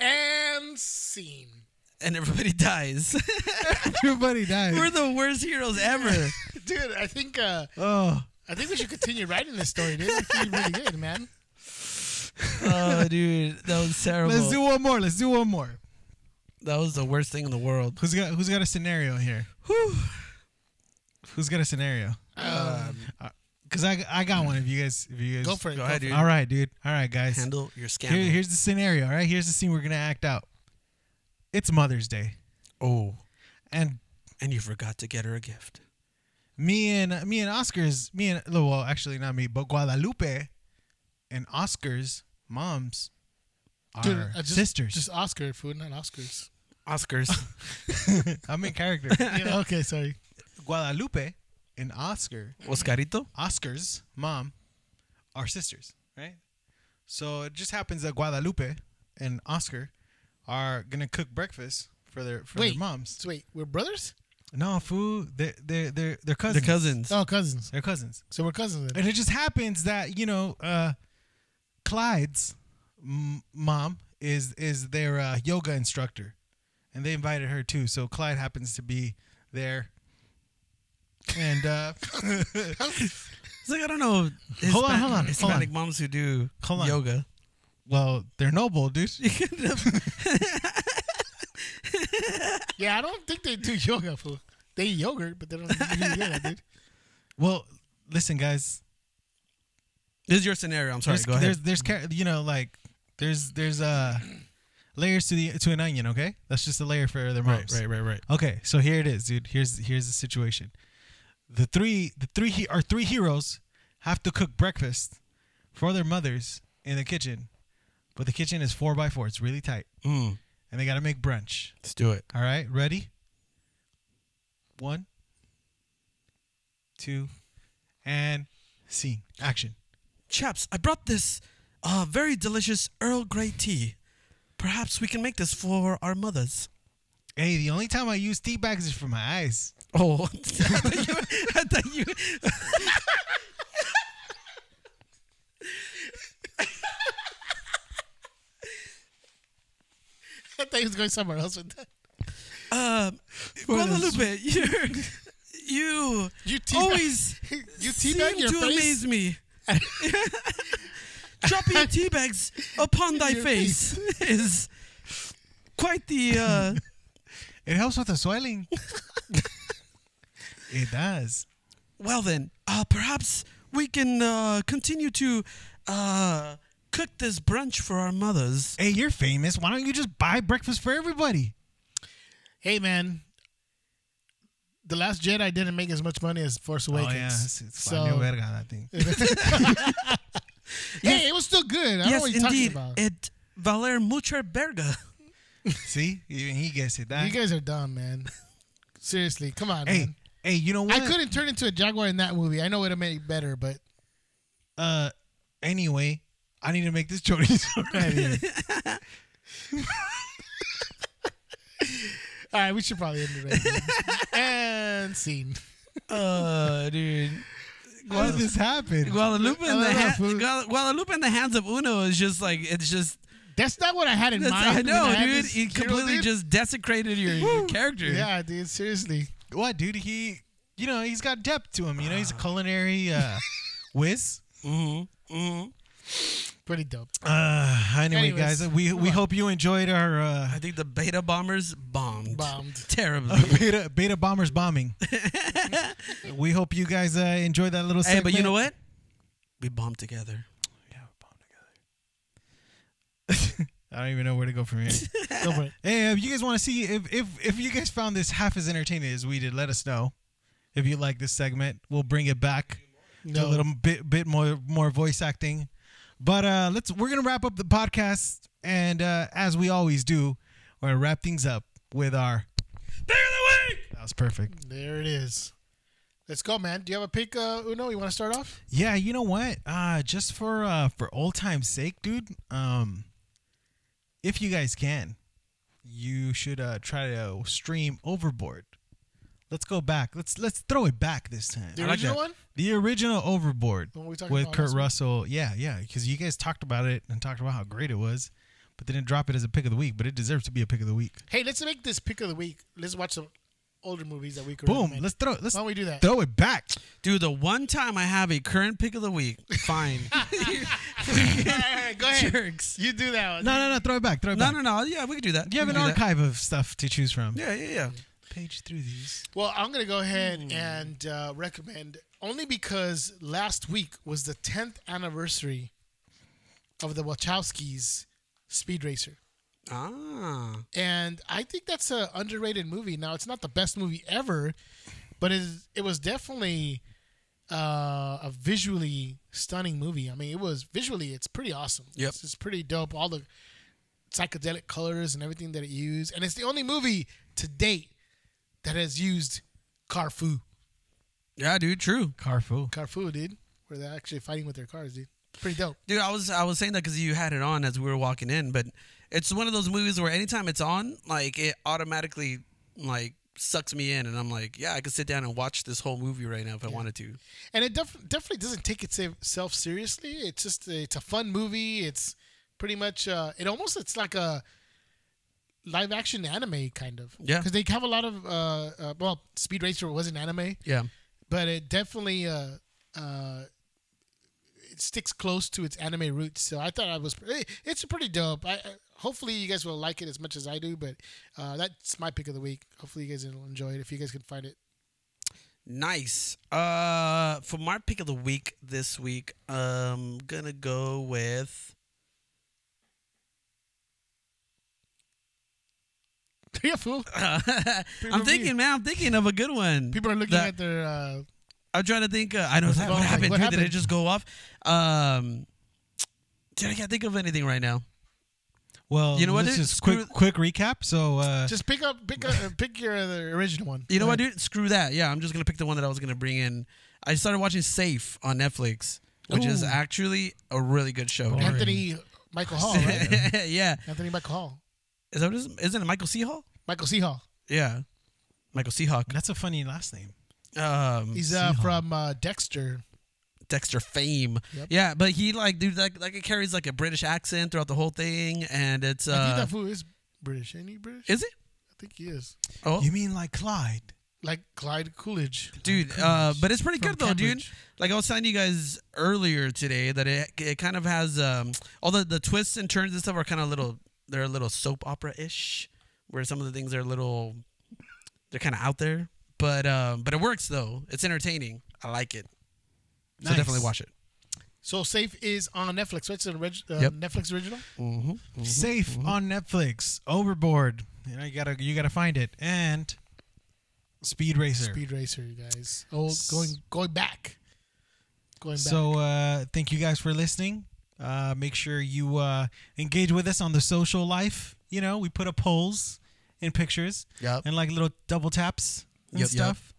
[SPEAKER 3] And scene.
[SPEAKER 2] and everybody dies.
[SPEAKER 1] Everybody died.
[SPEAKER 2] We're the worst heroes ever.
[SPEAKER 3] Dude, I think uh,
[SPEAKER 1] oh,
[SPEAKER 3] I think we should continue writing this story, dude. It's pretty really good, man.
[SPEAKER 2] oh, dude, that was terrible.
[SPEAKER 1] let's do one more. Let's do one more.
[SPEAKER 2] that was the worst thing in the world.
[SPEAKER 1] Who's got Who's got a scenario here? Who's got a scenario? Because I, I got one. If you guys, if you guys,
[SPEAKER 3] Um, Go for it.
[SPEAKER 2] Go
[SPEAKER 3] Go
[SPEAKER 2] ahead,
[SPEAKER 3] for it.
[SPEAKER 2] dude.
[SPEAKER 1] All right, dude. All right, guys.
[SPEAKER 2] Handle your scandal.
[SPEAKER 1] Here, here's the scenario. All right, here's the scene we're gonna act out. It's Mother's Day,
[SPEAKER 2] oh,
[SPEAKER 1] and
[SPEAKER 2] and you forgot to get her a gift.
[SPEAKER 1] me and me and Oscar's me and well, actually not me, but Guadalupe and Oscar's moms are
[SPEAKER 3] Dude, I Uh, just,
[SPEAKER 1] sisters.
[SPEAKER 3] Just Oscar food, not Oscars.
[SPEAKER 2] Oscars.
[SPEAKER 1] I'm in character.
[SPEAKER 3] Yeah, okay, sorry.
[SPEAKER 1] Guadalupe and Oscar,
[SPEAKER 2] Oscarito.
[SPEAKER 1] Oscar's mom, are sisters, right? So it just happens that Guadalupe and Oscar are gonna cook breakfast for their for
[SPEAKER 3] Wait.
[SPEAKER 1] their moms.
[SPEAKER 3] So wait, we're brothers?
[SPEAKER 1] No, fool, they they they they're
[SPEAKER 2] They're
[SPEAKER 1] cousins.
[SPEAKER 2] cousins.
[SPEAKER 3] Oh, cousins.
[SPEAKER 1] They're cousins.
[SPEAKER 3] So we're cousins then.
[SPEAKER 1] And it just happens that you know, uh, Clyde's m- mom is is their uh, yoga instructor, and they invited her too. So Clyde happens to be there. And uh,
[SPEAKER 2] It's like I don't know. Hispanic,
[SPEAKER 1] Hold on, hold on, hold
[SPEAKER 2] Hispanic
[SPEAKER 1] on.
[SPEAKER 2] moms who do
[SPEAKER 1] Hold on.
[SPEAKER 2] yoga.
[SPEAKER 1] well, they're noble, dude.
[SPEAKER 3] Yeah, I don't think they do yoga food. They eat yogurt, but they don't do yoga, dude.
[SPEAKER 1] Well, listen, guys.
[SPEAKER 2] This is your scenario. I'm sorry.
[SPEAKER 1] there's,
[SPEAKER 2] Go ahead.
[SPEAKER 1] There's there's ca- you know like there's there's uh layers to the to an onion. Okay, that's just a layer for their moms.
[SPEAKER 2] right, right.
[SPEAKER 1] Okay, so here it is, dude. Here's here's the situation. The three the three he- our three heroes have to cook breakfast for their mothers in the kitchen, but the kitchen is four by four. It's really tight,
[SPEAKER 2] Mm,
[SPEAKER 1] and they got to make brunch.
[SPEAKER 2] let's do it.
[SPEAKER 1] All right, ready? One, two, and scene action.
[SPEAKER 2] Chaps, I brought this uh, very delicious Earl Grey tea. Perhaps we can make this for our mothers.
[SPEAKER 1] Hey, the only time I use tea bags is for my eyes.
[SPEAKER 2] Oh, I thought you. I thought you
[SPEAKER 3] I thought he was going somewhere else with that.
[SPEAKER 2] um, Guadalupe, you, you
[SPEAKER 3] You teabag-
[SPEAKER 2] always
[SPEAKER 3] You
[SPEAKER 2] seem
[SPEAKER 3] teabag your
[SPEAKER 2] Oh, to
[SPEAKER 3] face?
[SPEAKER 2] amaze me. Dropping your tea bags upon thy
[SPEAKER 3] Your
[SPEAKER 2] face is quite the. Uh,
[SPEAKER 1] It helps with the swelling. it does.
[SPEAKER 2] Well then, uh, perhaps we can uh, continue to uh, cook this brunch for our mothers.
[SPEAKER 1] Hey, you're famous. Why don't you just buy breakfast for everybody?
[SPEAKER 3] Hey man, the Last Jedi didn't make as much money as Force
[SPEAKER 1] Oh,
[SPEAKER 3] Awakens.
[SPEAKER 1] it's, it's
[SPEAKER 3] so,
[SPEAKER 1] valió verga, that thing.
[SPEAKER 3] hey, it was still good. I don't know
[SPEAKER 2] yes,
[SPEAKER 3] what you're
[SPEAKER 2] indeed,
[SPEAKER 3] talking about.
[SPEAKER 2] et valer mucha verga.
[SPEAKER 1] See, even he gets it. That.
[SPEAKER 3] you guys are dumb, man. Seriously, come on,
[SPEAKER 1] hey,
[SPEAKER 3] man.
[SPEAKER 1] hey, you know what?
[SPEAKER 3] I
[SPEAKER 2] Mm.
[SPEAKER 3] couldn't turn into a jaguar in that movie. I know it would have made it better, but
[SPEAKER 1] Uh, anyway, I need to make this chorizo right here.
[SPEAKER 3] all right, we should probably end it right there. and scene.
[SPEAKER 2] Uh, dude.
[SPEAKER 1] How did this happen?
[SPEAKER 2] Guadalupe in,
[SPEAKER 3] Oh, I
[SPEAKER 2] the
[SPEAKER 3] don't know,
[SPEAKER 2] ha-
[SPEAKER 3] fool.
[SPEAKER 2] Guada- Guadalupe in the hands of Uno is just like it's just.
[SPEAKER 3] That's not what I had in
[SPEAKER 2] That's,
[SPEAKER 3] mind.
[SPEAKER 2] I
[SPEAKER 3] when
[SPEAKER 2] know,
[SPEAKER 3] had
[SPEAKER 2] dude.
[SPEAKER 3] this
[SPEAKER 2] He
[SPEAKER 3] hero,
[SPEAKER 2] completely
[SPEAKER 3] dude.
[SPEAKER 2] just desecrated your, your character.
[SPEAKER 3] Yeah, dude. Seriously.
[SPEAKER 1] what, dude? He, you know, he's got Ah. depth to him. You know, he's a culinary uh, whiz.
[SPEAKER 2] Mm-hmm. Mm-hmm.
[SPEAKER 3] Pretty dope.
[SPEAKER 1] Uh, anyway,
[SPEAKER 3] Anyways,
[SPEAKER 1] guys, we we hope you enjoyed our uh,
[SPEAKER 2] I think the beta bombers bombed.
[SPEAKER 3] Bombed.
[SPEAKER 2] Terribly.
[SPEAKER 1] beta beta bombers bombing. we hope you guys uh, enjoyed that little.
[SPEAKER 2] hey,
[SPEAKER 1] Segment.
[SPEAKER 2] but you know what? We bombed together.
[SPEAKER 1] Yeah, we bombed together. I don't even know where to go from here.
[SPEAKER 3] Go for it.
[SPEAKER 1] hey, if you guys want to see if if if you guys found this half as entertaining as we did, let us know. If you like this segment, we'll bring it back. Do
[SPEAKER 3] No.
[SPEAKER 1] a little bit bit more more voice acting. But uh let's we're gonna wrap up the podcast and uh as we always do, we're gonna wrap things up with our
[SPEAKER 2] Pick of the week!
[SPEAKER 1] that was perfect.
[SPEAKER 3] There it is. Let's go, man. Do you have a pick, uh, Uno? You want to start off?
[SPEAKER 1] Yeah, you know what? Uh just for uh for old time's sake, dude, um if you guys can, you should uh try to stream overboard. Let's go back. Let's let's throw it back this time.
[SPEAKER 3] The
[SPEAKER 2] I like
[SPEAKER 3] original
[SPEAKER 2] that.
[SPEAKER 3] one?
[SPEAKER 1] The original Overboard
[SPEAKER 3] The one we talked
[SPEAKER 1] with
[SPEAKER 3] about
[SPEAKER 1] Kurt
[SPEAKER 3] last week?
[SPEAKER 1] Russell. Yeah, yeah, because you guys talked about it and talked about how great it was, but they didn't drop it as a pick of the week. But it deserves to be a pick of the week.
[SPEAKER 3] Hey, let's make this pick of the week. Let's watch some older movies that we could
[SPEAKER 1] Boom!
[SPEAKER 3] recommend.
[SPEAKER 1] Let's throw. Let's
[SPEAKER 3] Why don't we do that?
[SPEAKER 1] Throw it back.
[SPEAKER 2] Dude, the one time I have a current pick of the week, fine.
[SPEAKER 3] all right, all right, go ahead.
[SPEAKER 2] Jerks.
[SPEAKER 3] You do that one.
[SPEAKER 1] No, no, no. Throw it back. Throw it
[SPEAKER 2] No,
[SPEAKER 1] back.
[SPEAKER 2] no, no. Yeah, we can do that.
[SPEAKER 1] You have
[SPEAKER 2] We
[SPEAKER 1] an
[SPEAKER 2] can do that.
[SPEAKER 1] archive of stuff to choose from.
[SPEAKER 2] Yeah, yeah, yeah.
[SPEAKER 1] Page through these.
[SPEAKER 3] Well, I'm going to go ahead and uh, recommend only because last week was the 10th anniversary of the Wachowskis Speed Racer.
[SPEAKER 2] Ah.
[SPEAKER 3] and I think that's an underrated movie. Now it's not the best movie ever, but it is, it was definitely uh, a visually stunning movie. I mean, it was visually it's pretty awesome.
[SPEAKER 2] Yep.
[SPEAKER 3] it's, it's pretty dope. All the psychedelic colors and everything that it used, and it's the only movie to date that has used Carfu.
[SPEAKER 2] Yeah, dude, true.
[SPEAKER 1] Carfu.
[SPEAKER 3] Carfu, dude, where they're actually fighting with their cars, dude. Pretty dope.
[SPEAKER 2] Dude, I was I was saying that because you had it on as we were walking in, but it's one of those movies where anytime it's on, like it automatically like sucks me in, and I'm like, yeah, I could sit down and watch this whole movie right now if I wanted to.
[SPEAKER 3] and it def- definitely doesn't take itself seriously. It's just it's a fun movie. It's pretty much uh, it almost it's like a live action anime kind of
[SPEAKER 2] Yeah.
[SPEAKER 3] because they have a lot of uh, uh, well Speed Racer was an anime
[SPEAKER 2] Yeah,
[SPEAKER 3] but it definitely uh, uh, it sticks close to its anime roots. So I thought I was it- it's pretty dope. I, I hopefully you guys will like it as much as I do, but uh, that's my pick of the week. Hopefully you guys will enjoy it if you guys can find it.
[SPEAKER 2] nice. Uh, for my pick of the week this week, I'm gonna go with
[SPEAKER 3] yeah, fool.
[SPEAKER 2] I'm thinking, man, I'm thinking of a good one.
[SPEAKER 3] People are looking
[SPEAKER 2] That-
[SPEAKER 3] at their. Uh,
[SPEAKER 2] I'm trying to think. Uh, I know it's like,
[SPEAKER 3] What
[SPEAKER 2] what happened.
[SPEAKER 3] happened?
[SPEAKER 2] dude? Did
[SPEAKER 3] What
[SPEAKER 2] it just go off? Um, dude, I can't think of anything right now.
[SPEAKER 1] Well,
[SPEAKER 2] You know what,
[SPEAKER 1] This
[SPEAKER 2] dude?
[SPEAKER 1] is quick. Quick recap. So, uh,
[SPEAKER 3] Just pick up, pick up, pick your uh, original one.
[SPEAKER 2] You know what, dude? Screw that. Yeah, I'm just gonna pick the one that I was gonna bring in. I started watching Safe on Netflix, which is
[SPEAKER 3] Ooh.
[SPEAKER 2] actually a really good show. dude.
[SPEAKER 3] Anthony Michael Hall, right?
[SPEAKER 2] yeah,
[SPEAKER 3] Anthony Michael Hall,
[SPEAKER 2] is that what it is? Isn't it Michael C. Hall?
[SPEAKER 3] Michael C. Hall.
[SPEAKER 2] Yeah, Michael Seahawk.
[SPEAKER 1] that's a funny last name.
[SPEAKER 2] Um,
[SPEAKER 3] He's uh, from uh, Dexter.
[SPEAKER 2] Dexter fame.
[SPEAKER 3] Yep.
[SPEAKER 2] Yeah, but he like dude like like it carries like a British accent throughout the whole thing, and it's
[SPEAKER 3] I think
[SPEAKER 2] uh,
[SPEAKER 3] that fool is British. Ain't he British?
[SPEAKER 2] is it?
[SPEAKER 3] I think he is.
[SPEAKER 2] Oh,
[SPEAKER 1] You mean like Clyde?
[SPEAKER 3] Like Clyde Coolidge.
[SPEAKER 2] dude. Uh, but it's pretty
[SPEAKER 3] From
[SPEAKER 2] good though,
[SPEAKER 3] Cambridge.
[SPEAKER 2] dude. Like I was telling you guys earlier today that it it kind of has um all the the twists and turns and stuff are kind of little they're a little soap opera ish, where some of the things are a little they're kind of out there, but um but it works though. It's entertaining. I like it. So
[SPEAKER 1] Nice.
[SPEAKER 2] definitely watch it.
[SPEAKER 3] So Safe is on Netflix. Right? It's an orig- uh,
[SPEAKER 2] Yep.
[SPEAKER 3] Netflix original.
[SPEAKER 2] Mm-hmm.
[SPEAKER 1] Safe on Netflix. Overboard. You know, you gotta you gotta find it. And Speed Racer.
[SPEAKER 3] Speed Racer, you guys. Oh, going going back. Going back.
[SPEAKER 1] So uh, thank you guys for listening. Uh, make sure you uh, engage with us on the social life. You know, we put up polls and pictures
[SPEAKER 2] Yep.
[SPEAKER 1] and like little double taps and
[SPEAKER 2] Yep, yep.
[SPEAKER 1] stuff.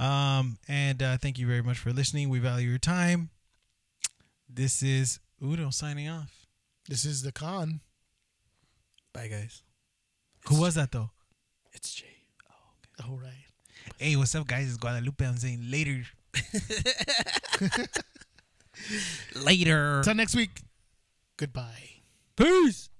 [SPEAKER 1] Um, and uh, thank you very much for listening. We value your time. This is Udo signing off.
[SPEAKER 3] this is the con.
[SPEAKER 2] Bye guys.
[SPEAKER 1] Who was that though?
[SPEAKER 2] It's Jay.
[SPEAKER 3] All right.
[SPEAKER 1] Hey, what's up, guys? It's Guadalupe. I'm saying later.
[SPEAKER 2] Later.
[SPEAKER 3] Till next week. Goodbye.
[SPEAKER 2] Peace.